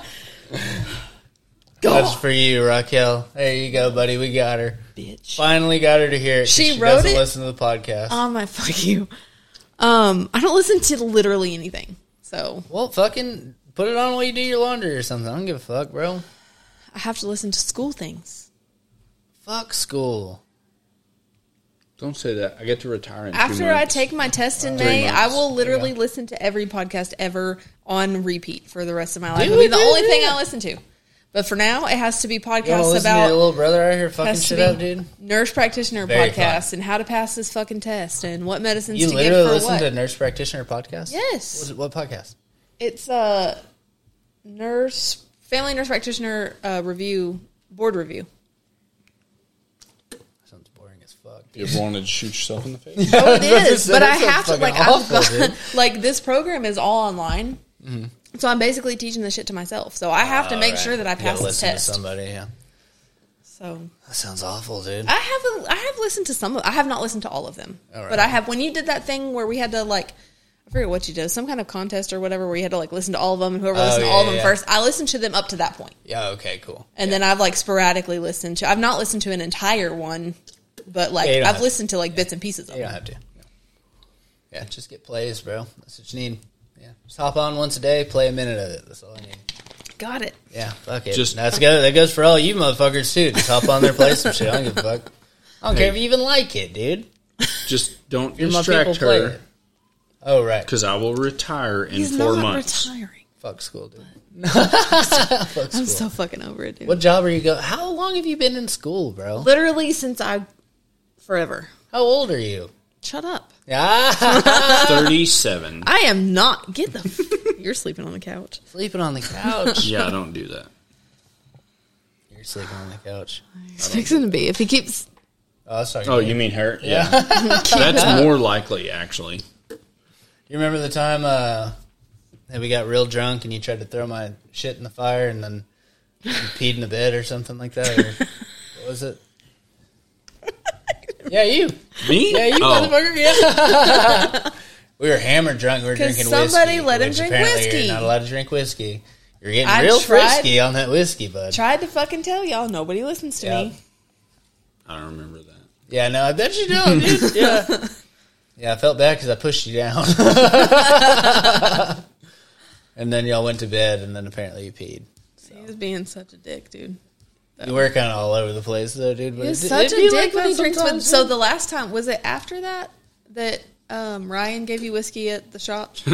A: That's for you, Raquel. There you go, buddy. We got her. Bitch. Finally got her to hear it. 'cause
E: She
A: she
E: wrote
A: doesn't
E: it?
A: listen to the podcast.
E: Oh my fuck you. Um, I don't listen to literally anything. So
A: well, fucking put it on while you do your laundry or something. I don't give a fuck, bro.
E: I have to listen to school things.
A: Fuck school.
D: Don't say that. I get to retire in two
E: After I
D: months.
E: take my test in
D: Three
E: May, I
D: months.
E: will literally listen to every podcast ever on repeat for the rest of my life.
A: Do
E: It'll be
A: it,
E: the
A: do it,
E: only
A: do
E: thing
A: it.
E: I listen to. But for now, it has to be
A: You want to
E: podcasts
A: listen to your
E: about
A: little brother out here fucking
E: has to
A: shit
E: be
A: up, dude?
E: nurse practitioner
A: Very
E: podcasts and how to pass this fucking test and what medicines
A: You
E: to give
A: literally
E: for
A: listen
E: what.
A: to nurse practitioner podcast?
E: Yes.
A: What, what podcast?
E: It's a nurse, family nurse practitioner uh, review, board review.
A: Sounds boring as fuck.
D: You ever wanted to shoot yourself in the face?
E: Oh, it is,
A: That
E: but I
A: sounds
E: have to
A: fucking
E: like
A: awful,
E: I've got,
A: dude. Mm-hmm.
E: like this program is all online, so I'm basically teaching this shit to myself. So I have to make
A: Alright.
E: sure that I
A: You gotta
E: pass the
A: listen
E: test.
A: To somebody, yeah.
E: So
A: That sounds awful, dude.
E: I have a, I have listened to some. of I have not listened to all of them,
A: Alright.
E: but I have. When you did that thing where we had to like. I forget what you did, some kind of contest or whatever, where you had to like listen to all of them, and whoever
A: Oh,
E: listened
A: yeah,
E: to all of them
A: yeah.
E: first. I listened to them up to that point,
A: yeah. Okay. Cool.
E: and then I've like sporadically listened to. I've not listened to an entire one, but like
A: Yeah, you don't
E: I've
A: have to.
E: listened to like bits and pieces of.
A: You don't
E: them.
A: have to. No. Yeah. Just get plays, bro. That's what you need. Yeah. Just hop on once a day. Play a minute of it. That's all I need.
E: Got it.
A: Yeah. Fuck it.
D: Just-
A: that's good. That goes for all you motherfuckers too. Just hop on there, play some shit. I don't give a fuck. I don't care if you even like it, dude.
D: Just don't
A: You're my people.
D: distract
A: Play
D: her
A: it. Oh right.
D: because I will retire in four months.
E: retiring.
A: Fuck school, dude.
E: I'm so fucking over it, dude.
A: What job are you go? How long have you been in school, bro?
E: Literally since I forever.
A: How old are you?
E: Shut up.
A: Ah,
D: Thirty-seven.
E: I am not. Get the. f- You're sleeping on the couch.
A: sleeping on the couch.
D: yeah, don't do that.
A: You're sleeping on the couch.
E: He's fixing to be. If he keeps.
A: Oh, I was talking
D: Oh,
A: to
D: you mean her? Yeah, that's more likely actually.
A: You remember the time uh, that we got real drunk and you tried to throw my shit in the fire and then you peed in the bed or something like that? Or what was it? Yeah, you.
D: Me?
A: Yeah, you
D: oh,
A: motherfucker. Yeah. we were hammered drunk. We were
E: 'Cause
A: drinking
E: somebody
A: whiskey.
E: let him
A: which
E: drink
A: apparently
E: whiskey.
A: You're not allowed to drink whiskey. You're getting
E: I
A: real
E: tried-
A: frisky on that whiskey, bud.
E: Tried to fucking tell y'all. Nobody listens to
A: Yeah.
E: me.
D: I remember that.
A: Yeah, no, I bet you don't, dude. Yeah. Yeah, I felt bad because I pushed you down. and then y'all went to bed, and then apparently you peed.
E: He was being such a dick, dude.
A: You were kind of all over the place, though, dude. But
E: He's
A: it-
E: such a
A: it'd be
E: dick
A: like
E: when
A: that
E: he drinks with.
A: sometimes,
E: So
A: dude.
E: the last time was it after that that um, Ryan gave you whiskey at the shop?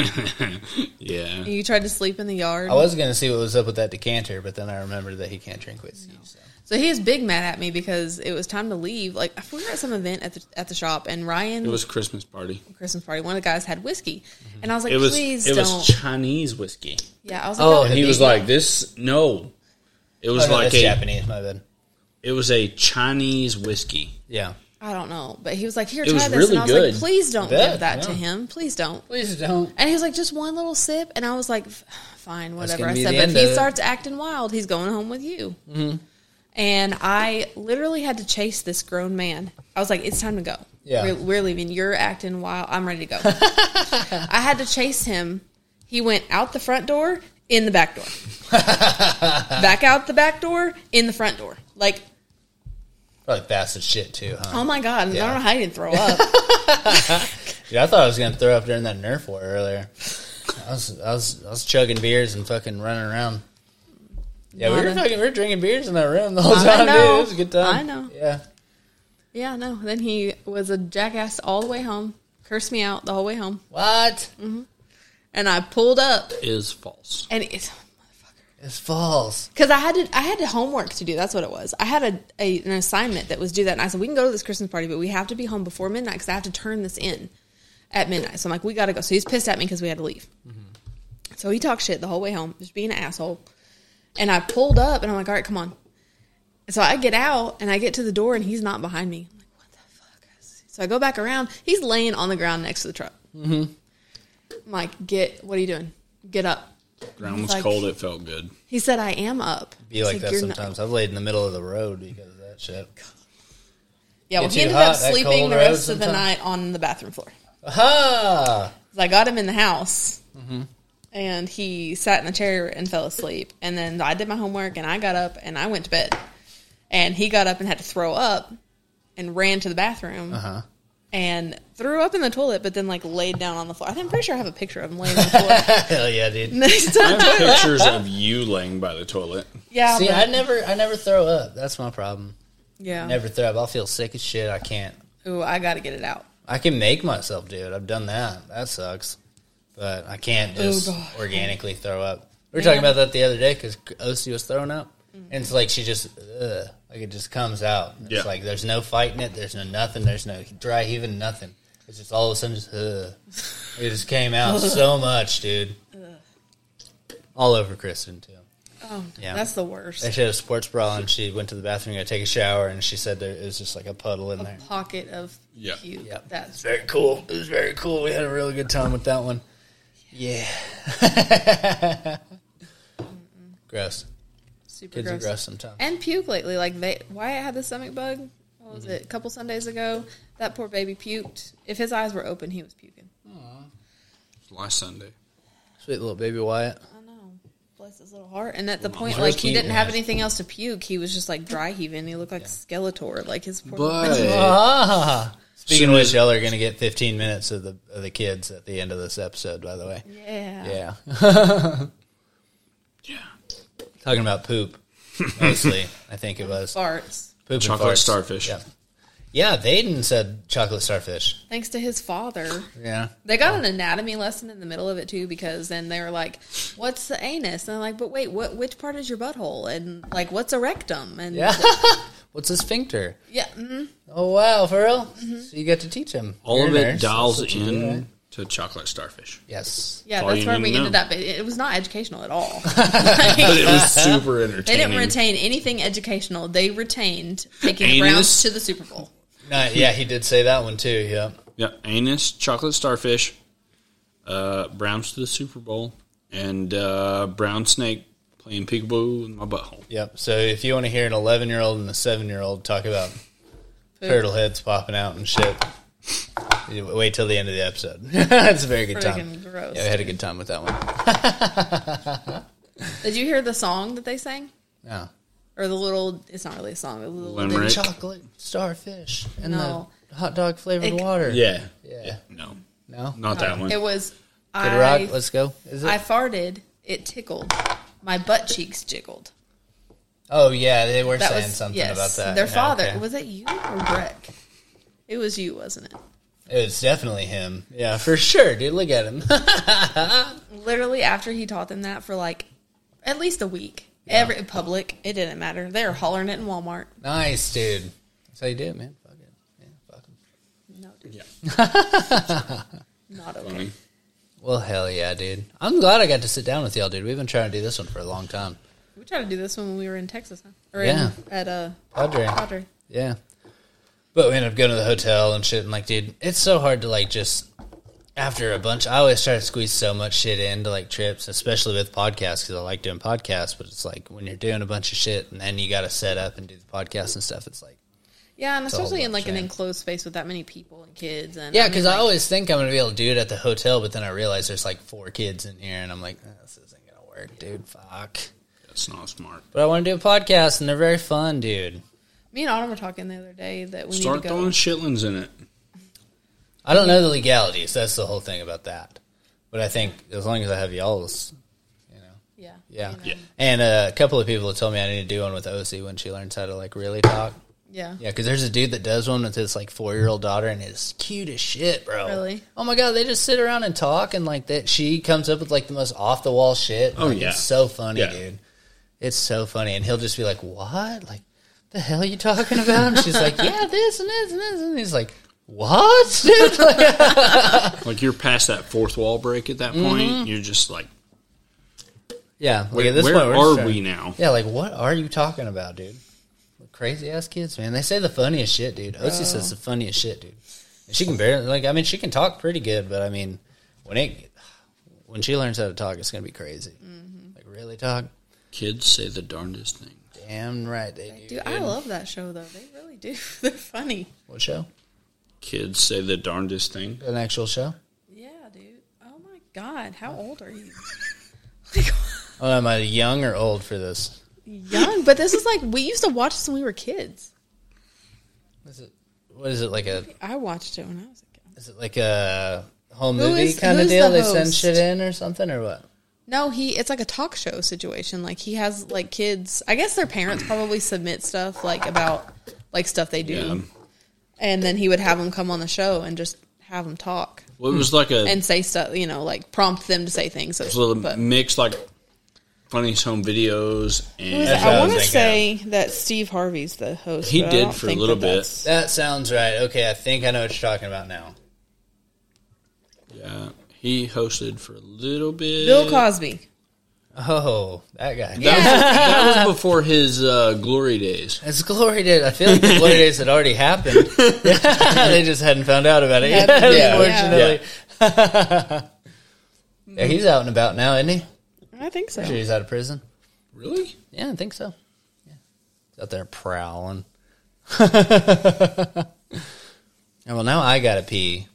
D: Yeah.
E: you tried to sleep in the yard.
A: I was gonna see what was up with that decanter, but then I remembered that he can't drink whiskey. So.
E: So he was big mad at me because it was time to leave. Like I forgot at some event at the at the shop, and Ryan
D: It was Christmas party.
E: Christmas party. One of the guys had whiskey, and I Mm-hmm. was like,
D: It was
E: "Please
D: it
E: don't."
D: was Chinese whiskey.
E: yeah, I was like,
A: Oh,
E: "Don't."
D: And he was like, "This no." It was
A: Oh, no,
D: like
A: that's
D: a
A: Japanese, my bad.
D: it was a Chinese whiskey.
A: Yeah.
E: I don't know, but he was like, "Here,
D: It was
E: try this,"
D: really
E: and I was
D: good.
E: like, "Please don't
A: bet,
E: give that to
A: yeah.
E: him. Please don't."
A: Please don't.
E: And he was like, "Just one little sip," and I was like, "F- "Fine, whatever."
A: gonna
E: I
A: be
E: said,
A: the
E: "But
A: end of
E: if he
A: it." Mm-hmm.
E: starts acting wild, he's going home with you." And I literally had to chase this grown man. I was like, "It's time to go.
A: Yeah.
E: We're, we're leaving. You're acting wild. I'm ready to go." I had to chase him. He went out the front door, in the back door, back out the back door, in the front door. Like,
A: Probably fast as shit too, huh?
E: oh my god! I
A: Yeah.
E: don't know how he didn't throw up.
A: Dude, I thought I was gonna throw up during that Nerf war earlier. I was, I was, I was chugging beers and fucking running around. Yeah, we
E: Not
A: were
E: a-
A: fucking, we were drinking beers in that room the whole
E: I
A: time, dude.
E: know.
A: It was a good time.
E: I know.
A: Yeah,
E: yeah, no. Then he was a jackass all the way home. Cursed me out the whole way home,
A: what?
E: and I pulled up.
D: Is false.
E: and it's
A: It's false.
E: because I had to I had to homework to do. That's what it was. I had a, a an assignment that was due that, and I said we can go to this Christmas party, but we have to be home before midnight because I have to turn this in at midnight. So I'm like, we got to go. So he's pissed at me because we had to leave.
A: Mm-hmm.
E: So he talked shit the whole way home, just being an asshole. And I pulled up, and I'm like, all right, come on. So I get out, and I get to the door, and he's not behind me. I'm like, what the fuck? So I go back around. He's laying on the ground next to the truck.
A: Mm-hmm.
E: I'm like, get what are you doing? Get up.
D: Ground was
E: Like-
D: cold. It felt good.
E: He said, I am up.
A: Be
E: I
A: like
E: said,
A: that
E: "You're not."
A: sometimes. I've laid in the middle of the road because of that shit.
E: Yeah, well,
A: Get
E: he
A: too
E: ended
A: hot,
E: up
A: that
E: sleeping
A: cold
E: the
A: road
E: rest of the
A: sometime.
E: night on the bathroom floor.
A: Aha!
E: 'Cause I got him in the house,
A: Mm-hmm.
E: and he sat in the chair and fell asleep. And then I did my homework, and I got up and I went to bed. And he got up and had to throw up, and ran to the bathroom,
A: Uh-huh.
E: and threw up in the toilet, but then like laid down on the floor. I think I'm pretty sure I have a picture of him laying on the floor
A: Hell yeah, dude.
E: next
D: I
E: time.
D: have pictures of you laying by the toilet.
E: Yeah,
A: See,
E: but-
A: I never, I never throw up. That's my problem.
E: yeah.
A: Never throw up. I'll feel sick as shit. I can't.
E: Ooh, I got to get it out.
A: I can make myself do it. I've done that. That sucks. But I can't just
E: God.
A: organically throw up. We were talking about that the other day because OC was throwing up. And it's like she just, ugh, like it just comes out. It's
D: Yeah.
A: like there's no fighting it. There's no nothing. There's no dry heaving, nothing. It's just all of a sudden just, ugh. It just came out so much, dude. All over Kristen, too.
E: Oh,
A: Yeah.
E: that's the worst.
A: And she had a sports bra and she went to the bathroom to take a shower and she said there, it was just like a puddle in there.
E: Pocket of
D: Yeah.
E: puke.
A: Yeah.
E: That's
A: Very cool. It was very cool. We had a really good time with that one. Yeah. gross.
E: super
A: Kids are
E: gross.
A: gross sometimes.
E: and puke lately. Like they, Wyatt had the stomach bug. What was it? A couple Sundays ago, that poor baby puked. If his eyes were open, he was puking.
D: Last Sunday.
A: Sweet little baby Wyatt.
E: I know. Bless his little heart. And at the point,
D: where's
E: like he
D: he
E: didn't
D: at?
E: have anything else to puke. He was just like dry heaving. He looked like Skeletor. Like his poor.
D: But
A: Ah. Speaking of
D: Soon
A: which,
D: as-
A: y'all are going to get 15 minutes of the of the kids at the end of this episode, by the way.
E: yeah.
A: Yeah.
D: yeah.
A: Talking about poop, mostly, I think it was. Poop
E: Farts.
A: and
D: Chocolate
A: farts.
D: starfish.
A: Yeah. Yeah, Vaden said chocolate starfish.
E: Thanks to his father.
A: Yeah.
E: They got an anatomy lesson in the middle of it too, because then they were like, "What's the anus?" And I'm like, "But wait, what? Which part is your butthole?" And like, "What's a rectum?" And
A: Yeah. What's a sphincter?
E: yeah, mm,
A: Oh, wow, for real?
E: Mm-hmm.
A: So you get to teach him.
D: All
A: You're
D: of
A: a
D: it
A: nurse.
D: dials
A: That's what you do,
D: in
A: right?
D: to chocolate starfish.
A: Yes.
E: Yeah,
D: That's all
E: that's
D: you
E: where
D: need
E: we
D: to
E: ended
D: know.
E: up. It, it was not educational at all.
D: But it was super entertaining.
E: they didn't retain anything educational. They retained taking the
D: Anus?
E: Browns to the Super Bowl.
A: No, yeah, he did say that one too. Yeah.
D: Yeah, anus, chocolate starfish, uh, Browns to the Super Bowl, and uh, brown snake playing peekaboo in my butthole.
A: Yep. So if you want to hear an 11 year old and a 7 year old talk about turtle heads popping out and shit, you wait till the end of the episode. it's a very good time.
E: Freaking gross.
A: Yeah, we had a good time with that one.
E: Did you hear the song that they sang?
A: Yeah.
E: or the little. It's not really a song. The little
A: The
D: Limerick.
A: chocolate starfish and
E: No.
A: the hot dog flavored
E: It-
A: water.
D: Yeah.
A: Yeah.
D: No.
A: No.
D: Not that one.
E: It was.
A: Kid
E: I,
A: Rock, let's go. Is it?
E: I farted. It tickled. My butt cheeks jiggled.
A: oh yeah, they were
E: That
A: saying
E: was
A: something
E: yes.
A: about that.
E: Their
A: Yeah,
E: father
A: okay.
E: was it you or Breck? It was you, wasn't it?
A: It was definitely him. Yeah, for sure, dude. Look at him.
E: Literally after he taught them that for like at least a week. Every public, it didn't matter. They were hollering it in Walmart.
A: nice, dude. That's how you do it, man. Fuck it. Yeah, fuck him.
E: No, dude,
D: yeah.
E: not okay.
D: Funny.
A: Well, hell yeah, dude. I'm glad I got to sit down with y'all, dude. We've been trying to do this one for a long time.
E: We tried to do this one when we were in Texas, huh? Or
A: Yeah.
E: in, at uh,
A: Audrey.
E: Padre.
A: Yeah. But we ended up going to the hotel and shit. And like, dude, it's so hard to like just after a bunch. I always try to squeeze so much shit into like trips, especially with podcasts because I like doing podcasts. But it's like when you're doing a bunch of shit and then you got to set up and do the podcast and stuff. It's like,
E: Yeah, and
A: a whole
E: especially in like an
A: bunch, yeah.
E: enclosed space with that many people and kids. And
A: yeah, because I always think I'm gonna be able to do it at the hotel, but then I realize there's like four kids in here, and I'm like, "Eh, this isn't gonna work, dude. Fuck.
D: That's not smart.
A: But I want to do a podcast, and they're very fun, dude.
E: me and Autumn were talking the other day that we
D: Start
E: need to go.
D: throwing shitlins in it.
A: I don't know the legalities. That's the whole thing about that. But I think as long as I have y'all's, you know,
E: yeah,
A: yeah.
D: Yeah.
A: And uh, a couple of people have told me I need to do one with OC when she learns how to like really talk.
E: yeah.
A: Yeah, because there's a dude that does one with his like four year old daughter, and it's cute as shit, bro.
E: Really?
A: Oh my god, they just sit around and talk, and like that, she comes up with like the most off the wall shit.
D: Oh,
A: Like,
D: yeah.
A: it's so funny,
D: Yeah.
A: dude. It's so funny, and he'll just be like, "What? Like, the hell are you talking about?" And she's like, "Yeah, this and this and this," and he's like, "What, dude?" Like,
D: Like you're past that fourth wall break at that point. You're just like,
A: yeah, like
D: where,
A: at this
D: where
A: point, we're just
D: are
A: trying-
D: we now?
A: Yeah, like what are you talking about, dude? Crazy ass kids, man. They say the funniest shit, dude.
E: Uh.
A: Osi says the funniest shit, dude. And she can barely like I mean she can talk pretty good, but I mean when it when she learns how to talk, it's gonna be crazy.
E: Mm-hmm.
A: Like really talk?
D: Kids say the darndest thing.
A: Damn right they do.
E: Dude, I love that show though. They really do. They're funny.
A: What show?
D: Kids say the darndest thing.
A: An actual show?
E: Yeah, dude. Oh my god, how old are you?
A: Oh, am I young or old for this?
E: Young, but this is like we used to watch this when we were kids.
A: Is it what is it like a
E: I watched it when I was a kid.
A: is it like a home movie
E: is-
A: kind of
E: who's
A: deal?
E: the
A: they send
E: host?
A: shit in or something or what?
E: No, he it's like a talk show situation. Like he has like kids. I guess their parents probably submit stuff like about like stuff they do,
D: Yeah.
E: and then he would have them come on the show and just have them talk
D: Well, it was like a
E: and say stuff. You know, like prompt them to say things. So,
D: It's a little
E: but
D: mix like funniest home videos and
A: That's what I
E: I
A: was
E: want to
A: thinking.
E: say that Steve Harvey's the host.
D: He
E: but I
D: did
E: don't
D: for a
E: think
D: little
E: that
D: bit.
E: that's-
A: That sounds right. Okay, I think I know what you're talking about now.
D: yeah, he hosted for a little bit.
E: Bill Cosby.
A: Oh, that guy.
D: That, was, that was before his uh, glory days.
A: It's glory days. I feel like the glory days had already happened. they just hadn't found out about it yet,
D: Yeah.
A: unfortunately. Yeah. he's out and about now, isn't he?
E: I think so.
A: Sure he's out of prison.
D: Really?
A: Yeah, I think so. Yeah. He's out there prowling. Oh, well, now I gotta pee.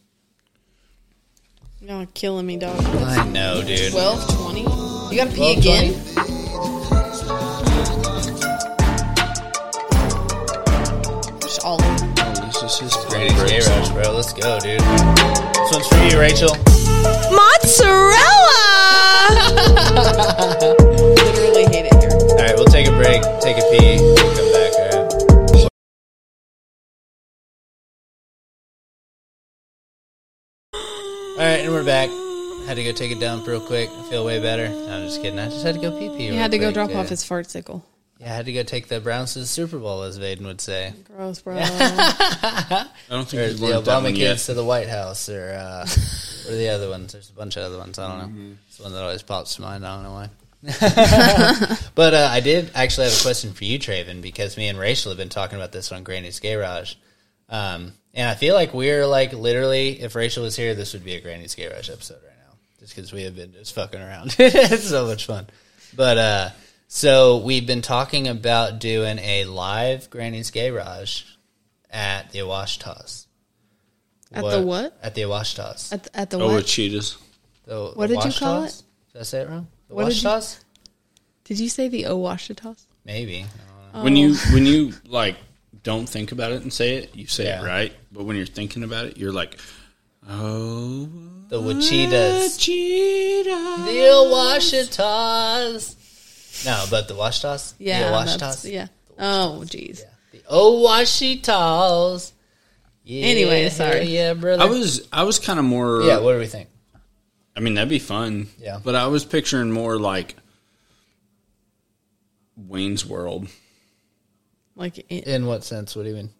E: Y'all are killing me, dog.
A: I know, dude.
E: Twelve twenty. You gotta pee again. Just all over.
D: Oh, this is his
A: Greatest gay rush, bro. Let's go, dude. This one's for you, Rachel.
E: Literally hate it here.
A: All right, we'll take a break, take a pee, we'll come back. All right. All right, and we're back. Had to go take a dump real quick. I feel way better. No, I'm just kidding. I just had to go pee pee.
E: You had to go drop off his fartsicle.
A: Yeah, I had to go take the Browns to the Super Bowl, as Vaden would say.
E: Gross, bro.
D: I don't think
A: Or
D: he's
A: the
D: learned that
A: Obama
D: one
A: kids
D: yet.
A: to the White House, or uh, what are the other ones? There's a bunch of other ones. I don't know.
D: Mm-hmm.
A: It's one that always pops to mind. I don't know why. but uh, I did actually have a question for you, Traven, because me and Rachel have been talking about this on Granny's Garage, um, and I feel like we're like literally, if Rachel was here, this would be a Granny's Garage episode right now, just because we have been just fucking around. it's so much fun. But uh, so we've been talking about doing a live Granny's Garage at the Awashtas.
E: At the what?
A: At the Awashtas.
E: At, the- at the
D: Oh,
E: what?
D: with cheetahs.
A: The-
E: What
A: the
E: did you call
A: Washtas? Did I say it wrong? The
E: What did you-
A: Washtas?
E: Did you say the Owashitas?
A: Maybe.
E: Oh,
D: When you when you like don't think about it and say it, you say
A: Yeah.
D: it right. But when you're thinking about it, you're like, oh,
A: The Wachitas.
D: cheetah.
A: The Washitas. No, but the Washitas?
G: Yeah,
A: The
G: that's-
A: Washitas?
G: yeah. Oh, jeez.
A: The Owashitas. Yeah,
G: Anyway, sorry.
A: Yeah, brother.
D: I was I was kind of more.
A: yeah, what do we think?
D: I mean, that'd be fun.
A: Yeah.
D: But I was picturing more like Wayne's World.
G: Like, eh, it,
A: In what sense? What do you mean?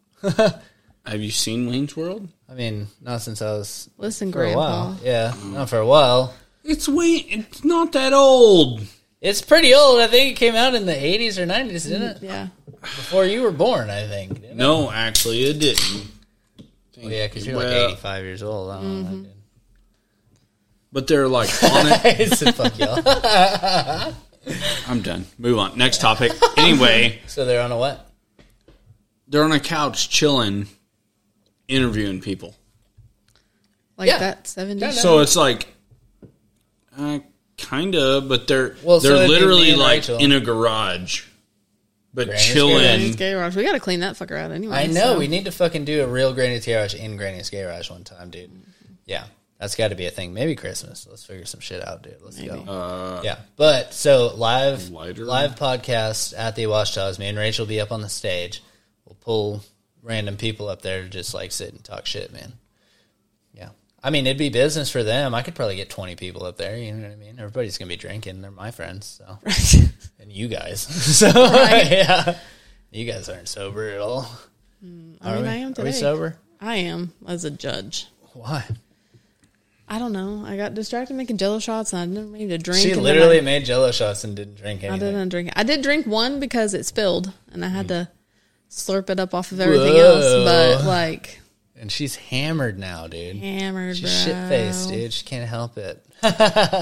D: Have you seen Wayne's World?
A: I mean, not since I was
G: listen,
A: for a
G: Grandpa.
A: while. Yeah, not for a while.
D: It's Wayne. It's not that old.
A: It's pretty old. I think it came out in the 80s or 90s, didn't it?
G: Yeah.
A: Before you were born, I think. didn't it?
D: No, actually, it didn't.
A: Well, yeah, because you're
D: Well-
A: like 85 years old. I don't know.
G: Mm-hmm.
D: But they're like on it.
A: It's a fuck y'all.
D: I'm done. Move on. Next topic. Anyway,
A: So they're on a what?
D: they're on a couch chilling, interviewing people.
G: Like
A: Yeah.
G: that 70s.
A: Kinda.
D: So it's like, uh, kind of, but they're
A: Well, so
D: they're
A: it'd be me
D: literally
A: and
D: like
A: Rachel.
D: in a garage, but
A: Granny's
D: chilling.
G: Gay Garage. We got to clean that fucker out anyway.
A: I know.
G: so-
A: We need to fucking do a real Granny's Garage in Granny's Garage one time, dude. Yeah. That's got to be a thing. Maybe Christmas. Let's figure some shit out, dude. Let's go. yeah. But so live
D: Lighter?
A: live podcast at the Washtas. Me and Rachel will be up on the stage. We'll pull random people up there to just like sit and talk shit, man. Yeah. I mean, it'd be business for them. I could probably get 20 people up there. You know what I mean? Everybody's going to be drinking. They're my friends. So. and you guys. so, yeah. You guys aren't sober at all.
G: I mean, I am
A: Are we
G: today.
A: sober?
G: I am as a judge.
A: Why?
G: I don't know. I got distracted making jello shots and I didn't mean to drink.
A: She
G: and then
A: literally
G: I,
A: made jello shots and didn't drink
G: I
A: anything.
G: didn't drink. I did drink one because it spilled and I had to slurp it up off of everything
A: Whoa.
G: else. But like
A: And she's hammered now, dude.
G: hammered,
A: She's
G: bro.
A: shit faced, dude. She can't help it.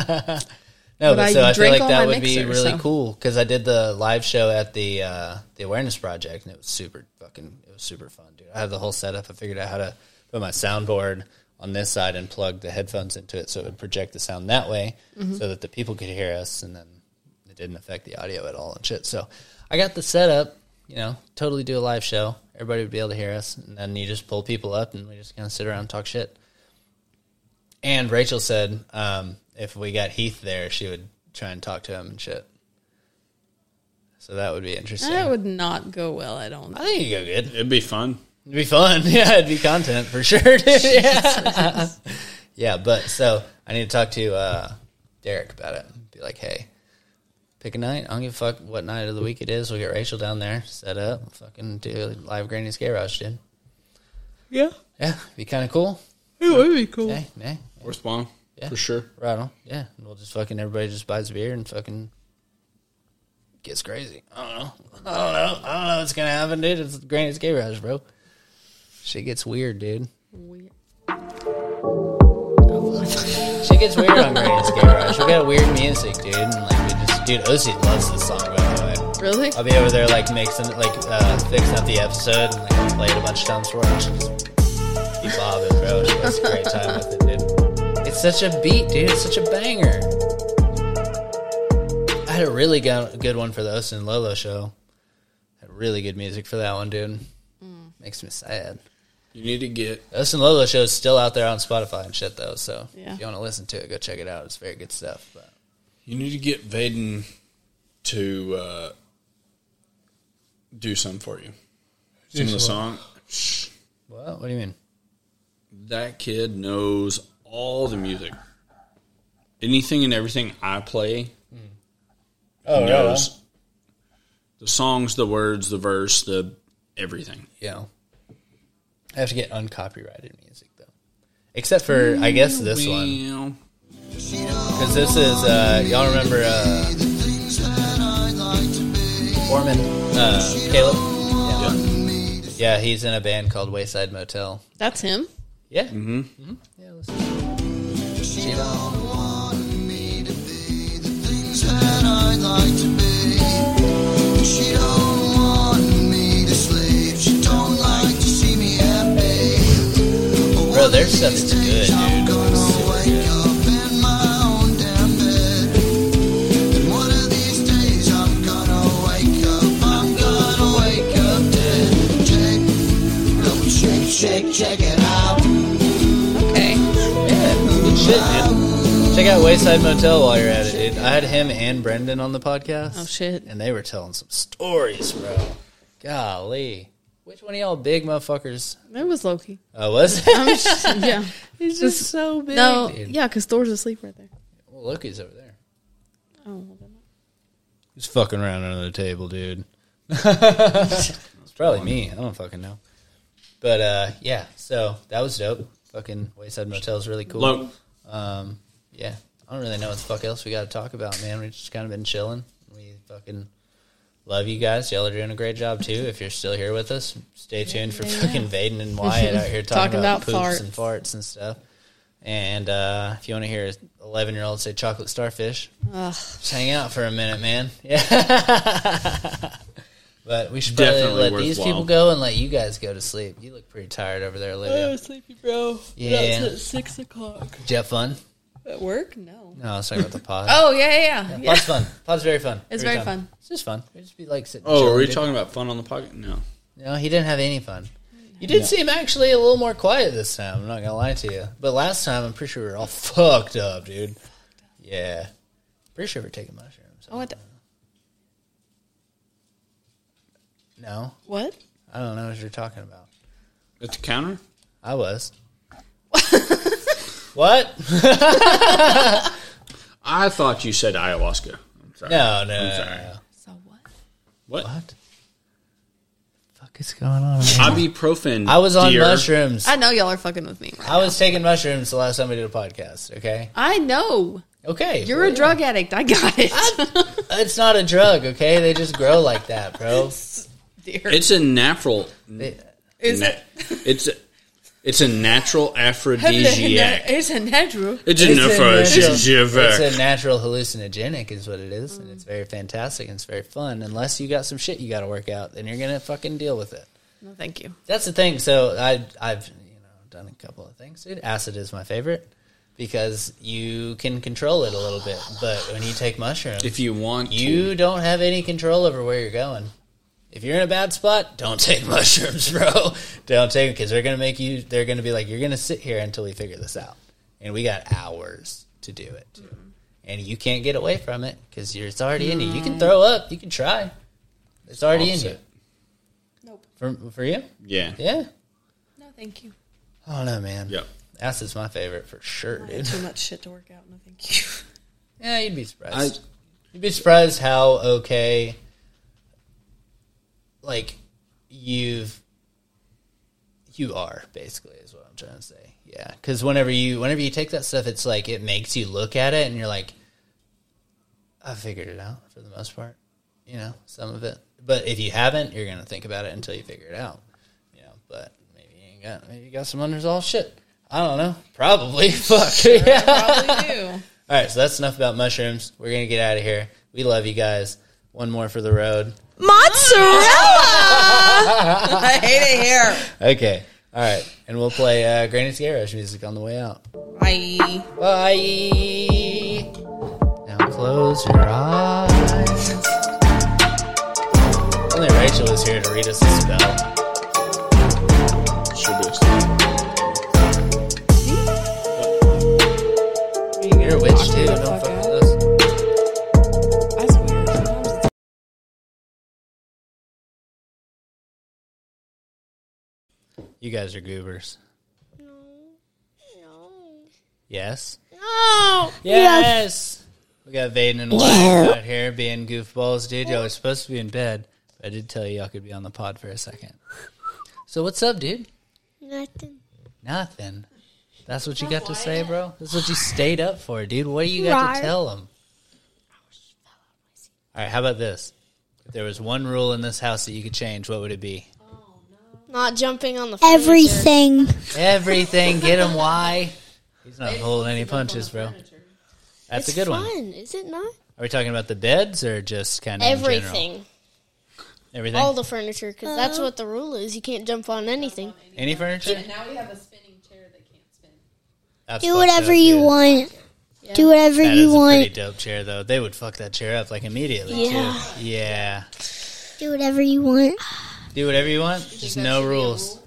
A: no, but,
G: I
A: so I feel
G: drink
A: like
G: all
A: that
G: my
A: would be
G: mixer,
A: really
G: so.
A: cool because I did the live show at the uh, the awareness project and it was super fucking it was super fun, dude. I had the whole setup. I figured out how to put my soundboard on this side and plug the headphones into it so it would project the sound that way
G: Mm-hmm.
A: so that the people could hear us and then it didn't affect the audio at all and shit. So I got the setup, you know, totally do a live show. Everybody would be able to hear us. And then you just pull people up and we just kind of sit around and talk shit. And Rachel said um, if we got Heath there, she would try and talk to him and shit. So that would be interesting.
G: That would not go well, I don't
A: I think you go good.
D: It'd be fun.
A: It'd be fun. Yeah, it'd be content for sure. dude. yeah. yeah, but so I need to talk to uh, Derek about it. Be like, hey, pick a night. I don't give a fuck what night of the week it is. We'll get Rachel down there, set up, fucking do live Granny's Garage, dude.
G: Yeah.
A: Yeah, be kind of cool.
G: It would be cool.
A: Yeah, yeah,
D: Or spawn.
A: Yeah.
D: For sure.
A: right on. Yeah, and we'll just fucking everybody just buys beer and fucking gets crazy. I don't know. I don't know. I don't know what's gonna happen, dude. It's Granny's Garage, bro. Shit gets weird, dude. Shit gets weird on Granny's Garage. We got weird music, dude. And like, we just, dude, Ozzy loves this song, by the way.
G: Really?
A: I'll be over there, like, mixing, like, uh, fixing up the episode and, like, play it a bunch of times for her. and she just keep bobbing, bro. She has a great time with it, dude. It's such a beat, dude. It's such a banger. I had a really go- good one for the Austin and Lolo show. Had really good music for that one, dude. Makes me sad.
D: You need to get
A: Us and Lolo show is still out there on Spotify and shit though, so
G: Yeah.
A: if you want to listen to it, go check it out. It's very good stuff. But
D: you need to get Vaden to uh, do something for you. Sing the song.
A: what? What do you mean?
D: That kid knows all the music. Anything and everything I play,
A: Oh,
D: knows the songs, the words, the verse, the everything.
A: yeah. I have to get uncopyrighted music though, except for I guess this one
D: Well,
A: because this is uh, y'all remember uh, Foreman uh, Caleb? Yeah. yeah, he's in a band called Wayside Motel.
G: That's him.
A: Yeah. Mm-hmm. Yeah. Listen.
C: She don't want me to sleep. She don't like to see me happy.
A: Bro, their stuff is good, dude.
C: Gonna wake up in my own damn bed. And one of these days I'm gonna wake up. I'm gonna shake, check it out.
E: Okay.
A: Good shit, dude. Check out Wayside Motel while you're at it, dude. I had him and Brendan on the podcast. Oh
G: shit.
A: And they were telling some stories, bro. Golly. Which one of y'all big motherfuckers
G: There was Loki.
A: uh, was it?
G: yeah.
A: He's just so big.
G: No.
A: dude.
G: Yeah, because Thor's asleep right there.
A: Well, Loki's over there.
G: Oh, well, then-
A: He's fucking around under the table, dude. it's probably me. I don't fucking know. But uh, yeah, so that was dope. Fucking Wayside Motel is really cool.
D: Look,
A: Um, yeah, I don't really know what the fuck else we got to talk about, man. We just kind of been chilling. We fucking love you guys. Y'all are doing a great job too. If you're still here with us, stay tuned for fucking Vaden and Wyatt out here talking,
G: Talking
A: about,
G: about
A: poops and farts and stuff. And uh, if you want to hear 11 year old say chocolate starfish, just hang out for a minute, man. Yeah. but we should probably
D: Definitely
A: let
D: worthwhile.
A: these people go and let you guys go to sleep. You look pretty tired over there, Olivia.
G: Oh,
E: sleepy, bro.
A: Yeah.
E: It's at six o'clock.
A: Did you have fun?
E: At work? No.
A: No, I was talking about the pod.
G: Oh, yeah, yeah, yeah.
A: Pod's fun. Pod's very fun.
G: It's
A: Every
G: very fun.
A: It's just fun. It'd just be like sitting.
D: oh, are
A: chilling,
D: we
A: dude.
D: talking about fun on the pocket? No.
A: No, he didn't have any fun. You did seem actually a little more quiet this time. I'm not gonna lie to you. But last time, I'm pretty sure we were all fucked up, dude. Yeah, pretty sure we we're taking mushrooms.
G: Oh, what? the-
A: No,
G: What?
A: I don't know what you're talking about.
D: At the counter?
A: I was. what?
D: I thought you said ayahuasca. I'm sorry.
A: No, no, no,
D: sorry.
A: no.
G: So what?
D: What?
A: What? Fuck is going on? man?
D: Ibuprofen.
A: I was on
D: dear.
A: mushrooms.
G: I know y'all are fucking with me. Right?
A: I was taking mushrooms the last time we did a podcast. Okay.
G: I know.
A: Okay.
G: You're a
A: drug.
G: drug addict. I got it.
A: It's not a drug, okay? They just grow like that, bro.
G: Dear.
D: It's a natural.
A: They-
G: Is
D: na-
G: it?
D: It's a, it's a natural aphrodisiac.
G: It's a natural.
D: It's a
A: it's
D: aphrodisiac.
A: a natural hallucinogenic, is what it is, and it's very fantastic and it's very fun. Unless you got some shit you got to work out, then you're gonna fucking deal with it.
G: No, thank you.
A: That's the thing. So I, I've you know done a couple of things. Dude, acid is my favorite because you can control it a little bit. But when you take mushrooms,
D: If you want,
A: you don't have any control over where you're going. If you're in a bad spot, don't take mushrooms, bro. Don't take because they're gonna make you. They're gonna be like, you're gonna sit here until we figure this out, and we got hours to do it, and you can't get away from it because it's already in you. You can throw up, you can try, it's already in you.
D: Offset.
G: Nope.
A: For for you,
D: yeah,
A: yeah.
G: No, thank you.
A: I don't know, man.
D: yeah.
A: acid's my favorite for sure, dude.
E: Too much shit to work out. No, thank you.
A: Yeah, you'd be
D: I,
A: surprised. You'd be surprised how okay, like you've you are basically is what I'm trying to say. Yeah, because whenever you whenever you take that stuff, it's like it makes you look at it and you're like, I figured it out for the most part. You know, some of it. But if you haven't, you're gonna think about it until you figure it out. You know, but maybe you ain't got maybe you got some unresolved shit. I don't know. Probably. Fuck. yeah. All right, so that's enough about mushrooms. We're gonna get out of here. We love you guys. One more for the road.
E: I hate it here.
A: Okay. All right, and we'll play uh, Granny Scarerush music on the way out.
E: Bye.
A: Bye. Now close your eyes. Only Rachel is here to read us the spell.
D: should be a-
A: You're a witch too. Don't fuck with us.
G: I swear. Sometimes it's
A: You guys are goobers. Yes.
B: No.
A: Yes. We got Vaden and Wyatt out here being goofballs, dude. Y'all were supposed to be in bed. But I did tell you y'all could be on the pod for a second. So what's up, dude?
B: Nothing.
A: Nothing. That's what you got to say, bro. That's what you stayed up for, dude. What do you got to
B: Right.
A: tell them? All right. How about this? If there was one rule in this house that you could change, what would it be?
B: Not jumping on the
I: Everything.
A: Everything. Get him. Why? He's not holding any punches, bro. That's
B: It's
A: a good
B: fun,
A: one.
B: is it not?
A: Are we talking about the beds or just kind of
B: Everything.
A: Everything.
B: All the furniture, because that's
I: Uh-huh.
B: what the rule is. You can't jump on anything.
A: Any furniture?
E: Now we have a spinning chair that can't spin.
A: That's
I: Do
A: fucked
I: whatever
A: up,
I: you
A: dude.
I: want. Do whatever
A: That
I: you
A: is a
I: want.
A: pretty dope chair, though. They would fuck that chair up like immediately.
B: Yeah.
A: Too. Yeah.
I: Do whatever you want.
A: Do whatever you want. Just no rules.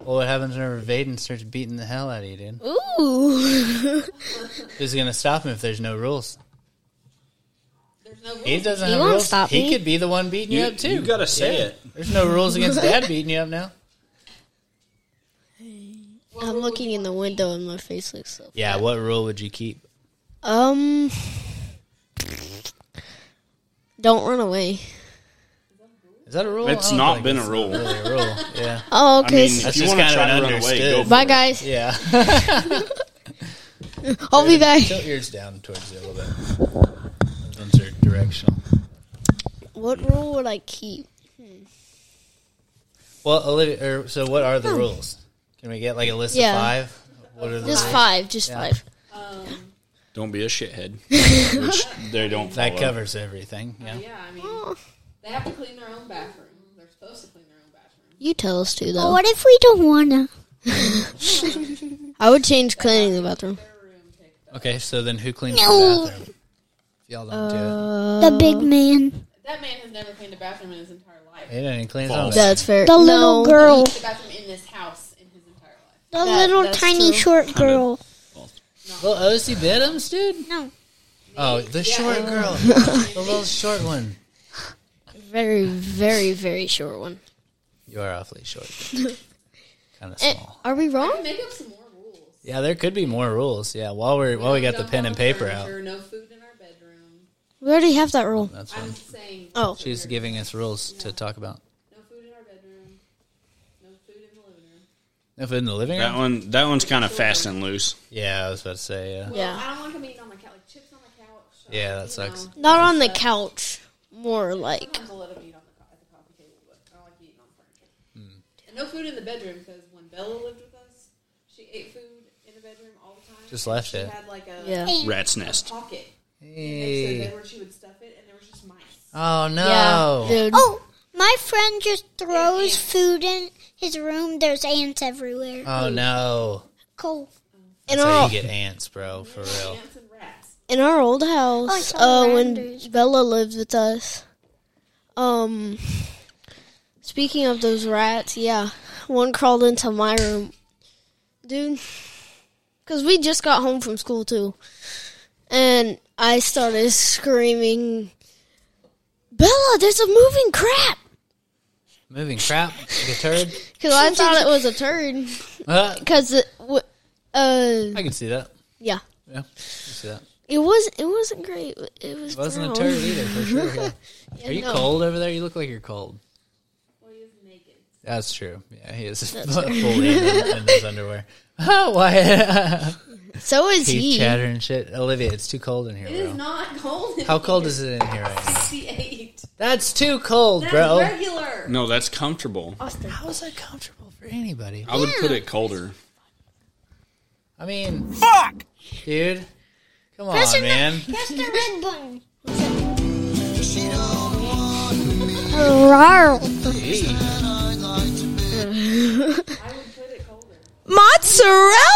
A: Well, what happens whenever Vaden starts beating the hell out of you, dude?
B: Ooh.
A: Who's gonna stop him if there's no rules? He doesn't
B: He
A: have
B: won't
A: rules.
B: stop
A: he
B: me.
A: could be the one beating you,
D: You-
A: up too.
D: you gotta say it.
A: There's no rules against dad beating you up now.
B: I'm looking in the window and my face looks so.
A: Yeah. What rule would you keep?
B: Um. Don't run away.
A: Is that a rule? I
D: It's
A: don't
D: not
A: think
D: been
A: it's
D: a rule.
A: Really a rule. Yeah.
B: Oh,
D: I mean,
B: okay.
D: if
A: That's
D: you
A: just
D: want to
A: kind of
D: try
A: an
D: to run away,
A: understood.
D: go for
B: Bye,
D: it.
B: guys.
A: Yeah.
B: I'll be back.
A: Tilt yours down towards you a little bit. Those ones are directional.
B: What rule would I keep?
A: Well, Olivia. Or, so, what are the rules? Can we get like a list
B: Yeah.
A: of five? What are the
B: Just
A: rules?
B: five. Just five.
D: Don't be a shithead. Which they don't follow.
A: That covers everything. Yeah.
E: Yeah, I
G: Oh.
E: mean, they have to clean their own bathroom. They're supposed to clean their own bathroom.
B: You tell us to
E: Oh,
B: though.
I: What if we don't wanna?
B: I would change cleaning the bathroom.
A: Okay. So then, who cleans the bathroom? If y'all don't
B: Uh,
A: do
I: the big man.
E: That man has never cleaned a bathroom in his entire life.
A: it. He didn't even clean his own.
D: False.
B: That's fair.
I: The little
B: No.
I: girl.
E: The bathroom in this house in his entire life.
I: The little
B: that's
I: tiny
B: true.
I: short girl.
A: Well, OC Biddums, dude.
I: No.
A: Oh, the short girl, the little short one.
B: Very, very, very short one.
A: You are awfully short. kind
B: Eh.
A: of small.
B: Are we wrong?
E: Make up some more rules.
A: Yeah, there could be more rules. Yeah, while we're while we got the
E: Don't
A: pen
E: have
A: and paper out,
E: furniture, No food in our bedroom.
B: We already have that rule.
A: that's
E: I'm
A: fun.
E: saying
B: Oh,
A: She's giving us rules to talk about.
E: no food in our bedroom. No food in the living room.
A: If in the living
D: That
A: room.
D: one. That one's kind of fast and loose.
A: Yeah, I was about to say. Yeah,
B: yeah.
E: I don't want him eating on my couch, like chips on the couch.
A: yeah, that sucks.
B: Not on the couch. More like.
E: Sometimes I'll let him eat on the, co- at the coffee table, but I don't like eating on furniture.
A: Hmm.
E: And no food in the bedroom because when Bella lived with us, she ate food in the bedroom all the time.
A: Just left
E: she
A: it.
E: had like a
B: Yeah.
D: Rat's
E: a
D: nest.
E: pocket next to the
A: Hey.
E: bed where she would stuff it, and there was just mice.
A: Oh
B: Yeah.
A: no.
B: Dude.
I: Oh, my friend just throws food in his room. There's ants everywhere.
A: Oh no.
I: Cool.
B: in
A: That's how
B: our
A: you get ants, bro. For real.
E: Ants and rats.
B: in our old
I: I
B: house,
I: saw
B: uh,
I: rounders.
B: when Bella lived with us, um, speaking of those rats, yeah, one crawled into my room, dude, because we just got home from school too, and I started screaming, "Bella, there's a moving crap!"
A: Moving crap. Like a turd.
B: Because I thought it was a turd.
A: Uh,
B: Because, uh,
A: I can see that.
B: yeah,
A: Yeah, I can see that.
B: it was it wasn't great. but It was
A: It wasn't a
B: brown.
A: turd either, for sure. yeah. Are you
B: no.
A: cold over there? You look like you're cold.
E: Well, he was naked.
A: That's true. Yeah, he is fully in, in his underwear. Oh, why?
B: So is
A: Teeth
B: he.
A: chatter and shit. Olivia, it's too cold in here,
E: It is
A: bro.
E: not cold.
A: How cold is it in here right now?
E: 68.
A: That's too cold,
E: That's
A: bro.
E: regular.
D: No, that's comfortable.
A: How is that comfortable for anybody?
D: I would put it colder.
A: I mean,
F: Fuck!
A: dude, come on,
I: Press it
A: man.
I: Press the red button.
C: She don't want me.
A: Jeez.
C: I'd like to be.
E: I would put it colder.
G: Mozzarella!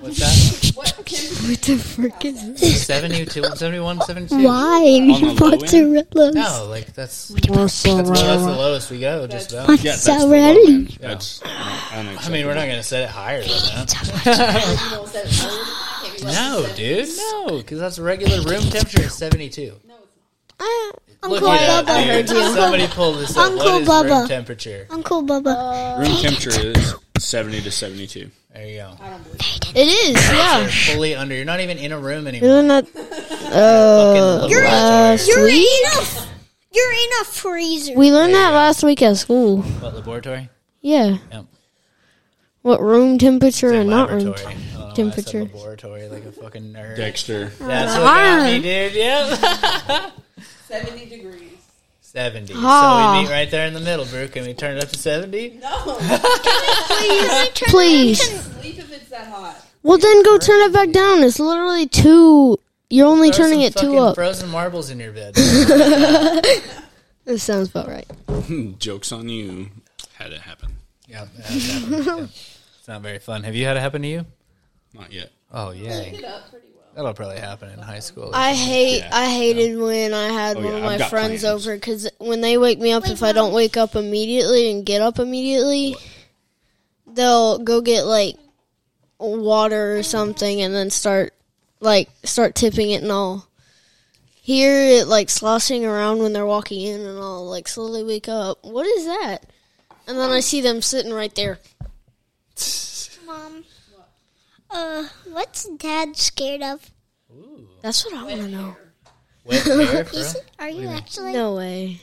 A: What's that?
E: What? Kim,
B: What the frick is this?
A: 72, 71, 72?
D: On
I: Why?
D: the low end?
A: No, like that's, that's, well, that's the lowest we go, just about.
D: Yeah, that's the low end. That's
A: I mean, we're not gonna set it higher than that.
E: you know, said, oh, it can't be less than
A: No,
E: 70.
A: dude, no, because that's regular room temperature is seventy-two.
E: No, it's not.
A: Look
I: Uncle
A: it up,
I: Bubba.
A: dude. Somebody pulled this up.
I: Uncle
A: what is room
I: Bubba.
A: temperature?
I: Uncle Bubba.
D: room temperature is seventy to seventy-two.
A: There you go.
B: It is, yeah.
A: Fully under. You're not even in a room anymore.
B: You're not
A: Uh, laboratory.
I: You're enough. You're in a freezer.
B: We learned that last week at school.
A: What laboratory?
B: Yeah.
A: Yep.
B: What room temperature
A: Say
B: and not room?
A: laboratory. I don't know why I said
B: temperature.
A: Laboratory, like a fucking nerd.
D: Dexter,
A: That's what got me, dude. Yep.
E: 70 degrees.
A: Seventy. So
B: Ah.
A: we meet right there in the middle, Brew. Can we turn it up to seventy?
E: No.
B: Please.
E: Sleep if it's that hot.
B: Well, then go turn it back down. It's literally two. You're only
A: Throw
B: turning
A: some
B: it two
A: fucking
B: up.
A: Frozen marbles in your bed.
B: This sounds about right.
D: jokes on you. Had it happen?
A: yeah, that's happened. Yeah. It's not very fun. Have you had it happen to you?
D: Not yet.
A: Oh yeah.
E: Get up pretty well.
A: That'll probably happen in high school.
B: I hate.
D: Yeah.
B: I hated when I had
D: Oh,
B: one
D: yeah,
B: of
D: I've
B: my
D: got
B: friends
D: plans.
B: over because when they wake me up, if I don't wake up immediately and get up immediately, they'll go get like water or something and then start like start tipping it and all. Hear it like sloshing around when they're walking in and all like slowly wake up. What is that? And then I see them sitting right there.
I: Mom. Uh, what's Dad scared of?
B: That's what I want to know.
A: Wet hair, bro?
I: Is it- are you actually?
B: No way.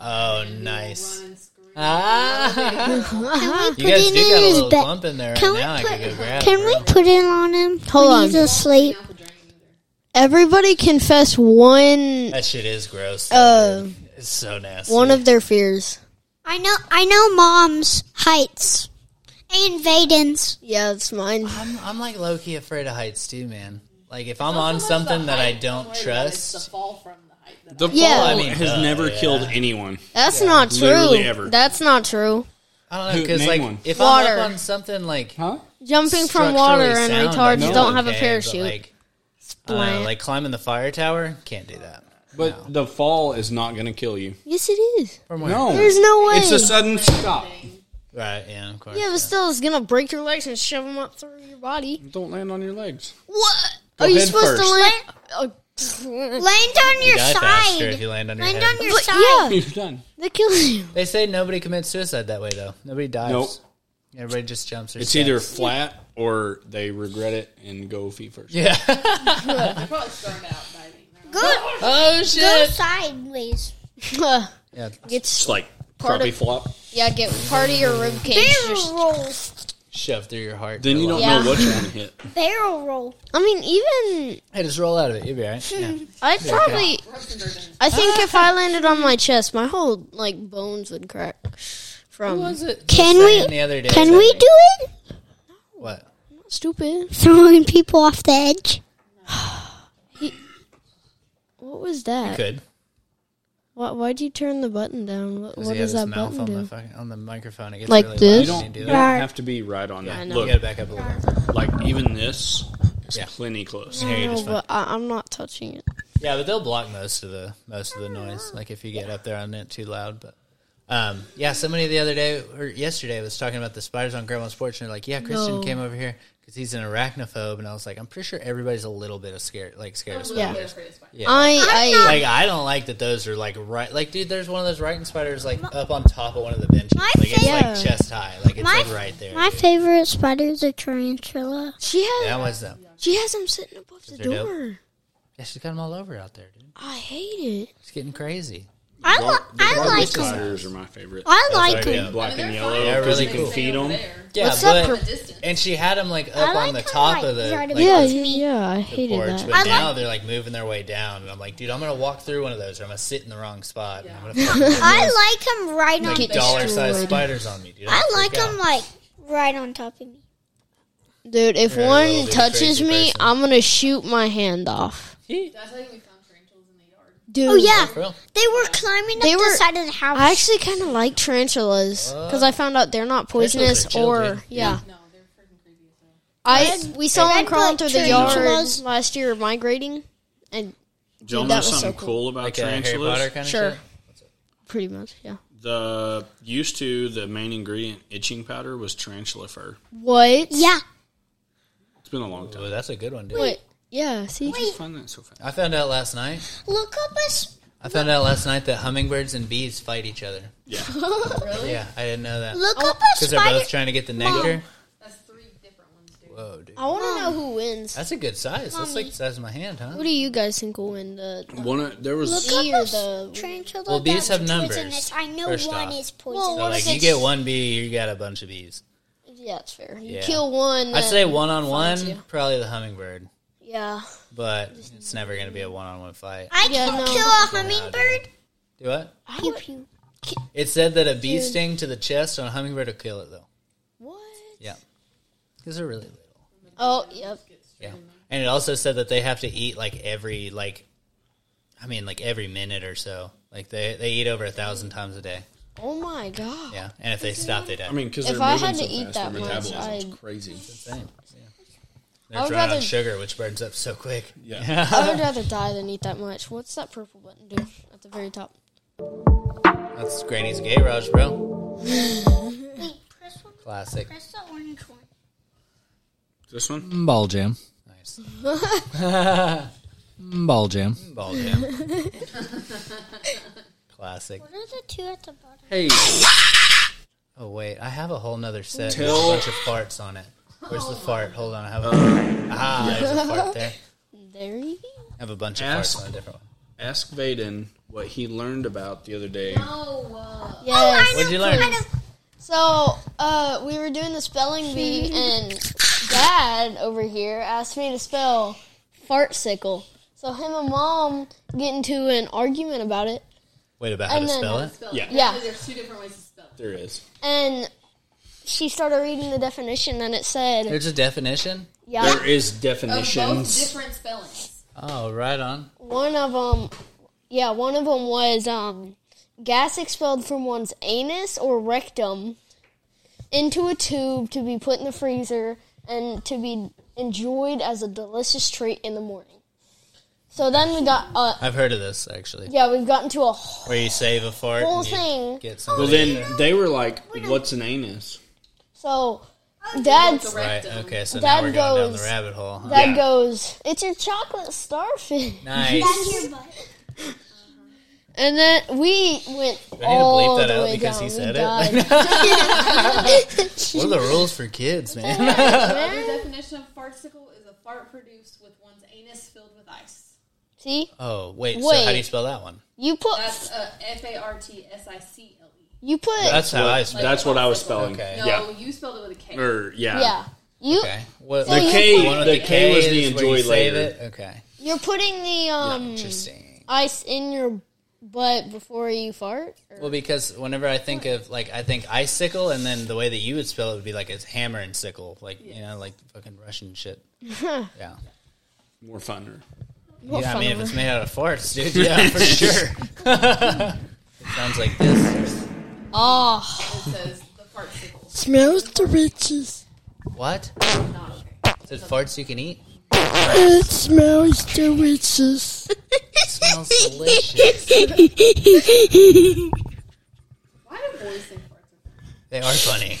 A: Oh, nice. Ah,
I: Can we
A: you guys
I: put
A: do
I: it in
A: got a
I: his
A: little
I: bed?
A: bump in there
I: Can
A: right
I: we
A: now. I
I: put-
A: could go grab.
I: Can
A: bro.
I: we put it on him?
B: Hold
I: when
B: on.
I: He's asleep.
B: Everybody confess one
A: That shit is gross.
B: uh
A: though. it's so nasty.
B: one of their fears.
I: I know. I know. Mom's heights and Vaden's.
B: Yeah, it's mine.
A: I'm, I'm like low key afraid of heights too, man. Like if I'm on something that I don't trust,
D: The
B: Yeah.
D: fall
B: I
A: mean,
D: has
A: duh,
D: never
A: yeah.
D: killed anyone.
B: That's not true.
D: Literally ever.
B: That's not true.
A: I don't know
D: Who-
A: because
D: name
A: like
D: one.
A: if I'm
B: Water.
A: up on something like
D: Huh?
B: Jumping from
A: structurally
B: water and
A: sound,
B: retards
A: I'm
B: don't have
A: okay, but,
B: a parachute.
A: like, uh,
B: Splat.
A: like climbing the fire tower, can't do that.
D: But the fall is not going to kill you.
B: yes, it is.
A: From where?
D: No.
B: There's no way.
D: It's a sudden stop.
A: Right? Yeah, of course.
B: yeah, but still, it's gonna break your legs and shove them up through your body.
D: Don't land on your legs.
B: What? Are you
D: head
B: supposed
D: first.
B: Uh, to land?
I: Land on
A: You
I: your
A: die
I: side.
A: faster if you land on your
I: Land
A: head.
I: on your
B: But
I: side.
D: You're done.
B: yeah, that kills you.
A: They say nobody commits suicide that way though. Nobody dives.
D: Nope.
A: Everybody just jumps. Or
D: It's
A: steps.
D: either flat or they regret it and go feet first.
A: yeah.
I: Go,
A: oh
I: go
A: shit.
I: sideways.
A: Yeah.
B: Uh, Get
D: It's like
B: Part
D: crappy
B: of-
D: flop.
B: yeah, get part of your rib cage.
I: Barrel roll.
A: Shove through your heart.
D: Then
A: for
D: you
A: a
D: don't
A: long-
B: Yeah.
D: know what you're going to hit.
I: Barrel roll.
B: I mean, even
A: Hey, just roll out of it. You'll be all
B: Hmm.
A: right. Yeah.
B: I'd probably. I think if I landed on my chest, my whole like bones would crack. From
I: Can
A: saying
I: we-
A: The other day,
I: Can
A: that-
I: we do it?
A: what?
B: stupid.
I: Throwing people off the edge.
B: What was that?
A: Could.
B: Why, why'd you turn the button down? What,
A: Does
B: what
A: he have
B: does
A: his
B: that
A: mouth
B: button
A: on the,
B: do?
A: fucking, on the microphone? It gets
B: Like
A: really loud
B: this?
D: You
A: when
D: don't,
A: do
D: you
A: that.
D: don't have to be right on
B: I
D: that.
B: know.
A: You
D: Look,
A: gotta back up a little. bit.
D: like even this is
A: Yeah.
D: plenty close.
A: Here, you're
B: No,
A: just fine.
B: but I, I'm not touching it.
A: Yeah, but they'll block most of the most of the noise. Like if you get up there on it too loud, but. Um, yeah, somebody the other day or yesterday was talking about the spiders on Grandma's porch, and they're like, "Yeah, Christian
B: No.
A: came over here because he's an arachnophobe," and I was like, "I'm pretty sure everybody's a little bit of scared, like scared of
B: Oh, Yeah.
A: spiders."
B: I,
A: Like I don't like that those are like right, like dude, there's one of those writing spiders like up on top of one of the benches,
I: My
A: like it's
B: Yeah.
A: like chest high, like it's
I: My-
A: like right there.
I: My favorite spider is a tarantula.
B: I she has
A: that was them.
B: she has him sitting above the
A: they're dope.
B: door.
A: Yeah, she's got them all over out there, dude.
B: I hate it.
A: It's getting crazy.
I: I,
D: Gar-
I: li-
D: the
I: I
D: garter
I: like them.
D: spiders are my favorite.
I: I like
A: Oh, sorry,
I: them.
A: yeah.
D: Black and yellow
A: They're
D: because
A: really
D: you can
A: cool.
D: feed them.
A: Yeah,
B: What's up,
A: but and she had them like up
I: I
A: on the
I: like how,
A: top
I: like,
A: of the
I: they're
A: like,
I: out of
B: Yeah,
A: the
B: yeah, I hated
A: porch,
B: that.
A: but now they're like moving their way down, and I'm like, dude, I'm gonna walk through one of those, or I'm gonna sit in the wrong spot. and I'm gonna fucking
I: I like them right on.
A: like
B: Get
A: dollar sized
B: destroyed.
A: spiders on me, dude. I'm
I: I
A: gonna
I: like
A: freak out.
I: them like right on top of me.
B: Dude, if
A: You're a little
B: one
A: bit
B: touches
A: crazy
B: me,
A: person.
B: I'm gonna shoot my hand off. Dude,
I: Oh yeah,
A: For real.
I: they were climbing up
B: They were-
I: the side of the house.
B: I actually kind of like tarantulas because I found out they're not
A: Tarantulas are
B: poisonous
A: chill,
B: or
A: dude.
B: yeah. I we saw them
I: red
B: crawling
I: black
B: through the yard
I: tarantulas.
B: last year migrating, and
D: Do y'all
B: Dude,
D: know
B: that was so
D: something
B: cool.
D: cool about
A: like a Harry
D: tarantulas?
A: Potter kind of
B: Sure.
A: shit.
B: pretty much yeah.
D: the used to the main ingredient itching powder was tarantula fur.
B: What?
I: yeah,
D: It's been a long time.
A: Ooh, that's a good one, dude.
B: What? Yeah. See.
D: I find that so fast.
A: I found out last night.
I: look up us.
A: I found out last night that hummingbirds and bees fight each other.
D: Yeah.
A: Yeah, I didn't know that.
I: Look
B: Oh,
I: up a
A: Because they're
I: spider.
A: both trying to get the nectar. Whoa, dude.
B: I want to know who wins.
A: That's a good size. That's like the size of my hand,
B: What
A: huh?
B: do you guys think will win? The
D: One of, there was
I: Look
B: bee or
I: up a s-
B: the-
I: tarantula.
A: Well, bees
I: that's
A: have numbers,
I: poisonous. I know
A: first
I: one
A: off.
I: is poisonous.
A: So, like, you get one bee, you got a bunch of bees.
B: yeah, it's fair. You
A: Yeah.
B: kill one.
A: I'd
B: then-
A: say one on one,
B: you.
A: probably the hummingbird,
B: Yeah.
A: but it's never going to be a one on one fight.
I: I
B: Yeah,
I: can
B: no.
I: kill a hummingbird.
A: Do what?
I: Pew pew.
A: It said that a bee sting to the chest on a hummingbird will kill it, though.
B: What?
A: Yeah. Because they're really little.
B: Oh, yep.
A: Yeah. And it also said that they have to eat like every, like, I mean, like every minute or so. Like, they, they eat over a thousand times a day.
B: Oh my god.
A: Yeah. And if they stop, they die.
D: I mean, because
B: If
D: they're
B: I
D: moving
B: had
D: so
B: to eat
D: fast,
B: that
D: their
B: much,
D: metabolism's
B: I'd-
D: crazy.
A: Same. Yeah.
B: I
A: They're
B: would
A: dry on
B: rather-
A: sugar, which burns up so quick.
D: Yeah.
B: I would rather die than eat that much. What's that purple button do at the very top?
A: That's Granny's garage, bro.
I: Wait,
A: Classic.
I: Press the orange one.
D: This one?
J: Ball jam.
A: Nice.
J: Ball jam.
A: Ball jam. Classic.
I: What are the two at the bottom?
D: Hey,
A: Oh wait, I have a whole nother set with
D: Tell-
A: a bunch of farts on it. Where's the fart? Hold on, I have a
D: Oh.
A: ah, there's a fart there.
B: There you go.
A: I have a bunch of
D: Ask-
A: farts on a different one.
D: ask Vaden what he learned about the other day.
B: Yes.
A: What'd you learn?
B: So, uh, we were doing the spelling bee, and Dad over here asked me to spell fartsicle. So him and Mom get into an argument about it.
A: Wait about how to
B: And then-
A: spell it.
D: Yeah,
B: Yeah,
D: there is.
B: and she started reading the definition, and it said,
A: There's a definition.
B: "Yeah,
D: There is definitions.
E: different spellings.
A: Oh, right on.
B: one of them, yeah, one of them was um, gas expelled from one's anus or rectum into a tube to be put in the freezer and to be enjoyed as a delicious treat in the morning." So then we got, uh,
A: I've heard of this actually.
B: yeah, we've gotten to a whole
A: Where you save a fart and you
B: thing.
A: get
D: Well,
A: somebody.
D: then they were like, "What's an anus?"
B: So Dad's
A: Right. Okay. So now
B: Dad
A: we're going down
B: goes-
A: the rabbit hole. huh?
B: Dad
D: Yeah.
B: goes, "It's your chocolate starfish."
A: Nice.
I: That's your butt.
B: And then we went
A: I need to bleep
B: all
A: that
B: the
A: out
B: way
A: because
B: down.
A: he
B: We
A: said it.
B: died.
A: What are the rules for kids, man?
B: Man.
E: definition of farcical is a fart produced with one's anus filled with ice.
B: See,
A: Oh wait, So
B: Wait.
A: how do you spell that one?
B: you put
E: That's uh, F A R T S I C L E.
B: you put
A: That's how I spell.
D: That's what I was spelling.
A: Okay.
E: No,
D: Yeah.
E: you spelled it with a K.
D: Or yeah.
B: yeah. You
A: Okay. What,
B: So The you
D: K-
A: one with
D: the K was the
A: is where
D: enjoy
A: you save
D: later.
A: it? Okay.
B: you're putting the
C: Hmm.
B: um
A: Interesting.
B: ice in your butt before you fart. Or-
A: Well, because whenever I think of like I think icicle, and then the way that you would spell it would be like it's hammer and sickle, like you know, like fucking Russian shit. yeah.
D: More funner.
A: Yeah, I mean, if it's made out of farts, dude, yeah, for sure. it sounds like this.
B: Oh,
E: It says the farcical.
C: Ah. Smells delicious.
A: What? Is it farts you can eat?
C: It smells delicious.
A: It smells delicious.
E: Why do boys say farcical?
A: They are funny.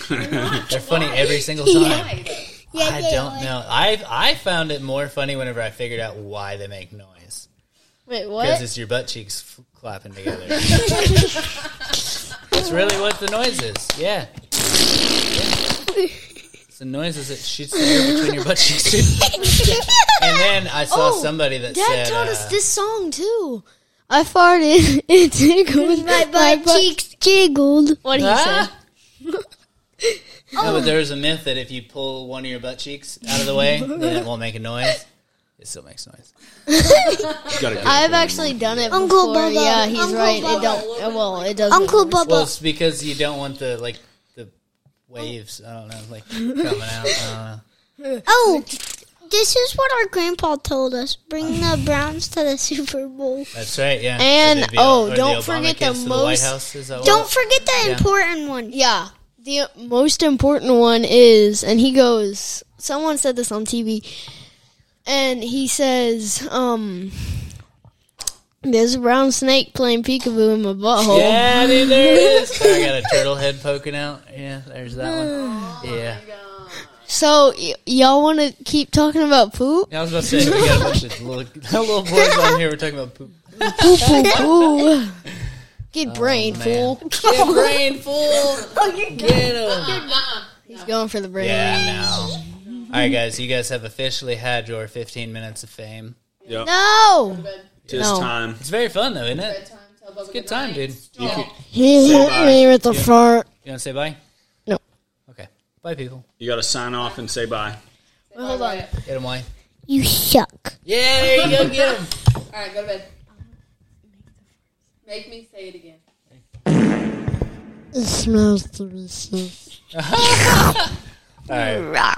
A: They're funny every single time.
E: Why? though?
A: I don't know. I I found it more funny whenever I figured out why they make noise.
B: wait,
A: Because
B: what?
A: it's your butt cheeks f- clapping together. That's really what the noise is. Yeah. Yeah. It's the noises that shoots the air between your butt cheeks. dude. and then I saw
B: Oh,
A: somebody that said,
B: Dad taught
A: uh,
B: us this song too. I farted. It tickled
I: My butt, cheeks jiggled.
B: What he
A: "Ah."
B: said?
A: No, but there was a myth that if you pull one of your butt cheeks out of the way, then it won't make a noise. It still makes noise.
D: You gotta go.
B: I've actually done it
I: Uncle
B: before.
I: Bubba.
B: Yeah, he's
I: Uncle
B: right.
I: Bubba.
B: It don't. uh, Well, it doesn't.
I: Uncle
B: work.
I: Bubba.
A: Well, it's because you don't want the like the waves. I don't know, like coming out. I
I: Oh, this is what our grandpa told us. Bring the Browns to the Super Bowl.
A: don't know. That's right. Yeah.
B: And,
A: Or the- or
B: oh,
A: the
B: don't
A: Obama
B: forget the
A: kids to the White
B: most-
A: House. Is that what
I: Don't forget the
A: Yeah.
I: important one.
B: Yeah. The most important one is, and he goes, someone said this on TV, and he says, um, there's a brown snake playing peekaboo in my butthole.
A: Yeah, dude, there it is. I got a turtle head poking out. Yeah, there's that one. Yeah.
B: So, y- y'all want to keep talking about poop?
A: Yeah, I was about to say, we got a bunch of little, little boys on here. We're talking about poop.
B: Poop, poop, poop. Get brain,
A: Oh, man.
B: fool.
A: Get brain full. Get 'em.
B: He's going for the brain.
A: Yeah, no. All right, guys, you guys have officially had your 15 minutes of fame.
B: No!
D: Tis
B: No.
D: time.
A: It's very fun, though, isn't it? It's a good time, dude. You, could,
B: He hit me with a fart.
A: you want to say bye?
B: No.
A: Okay. Bye, people.
D: You gotta sign off and say bye.
B: Wait, hold on.
A: Get them, why?
I: You suck.
A: Yeah, there you go. Get them.
E: All right, go to bed. Make me say it again.
I: It smells delicious.
A: All right.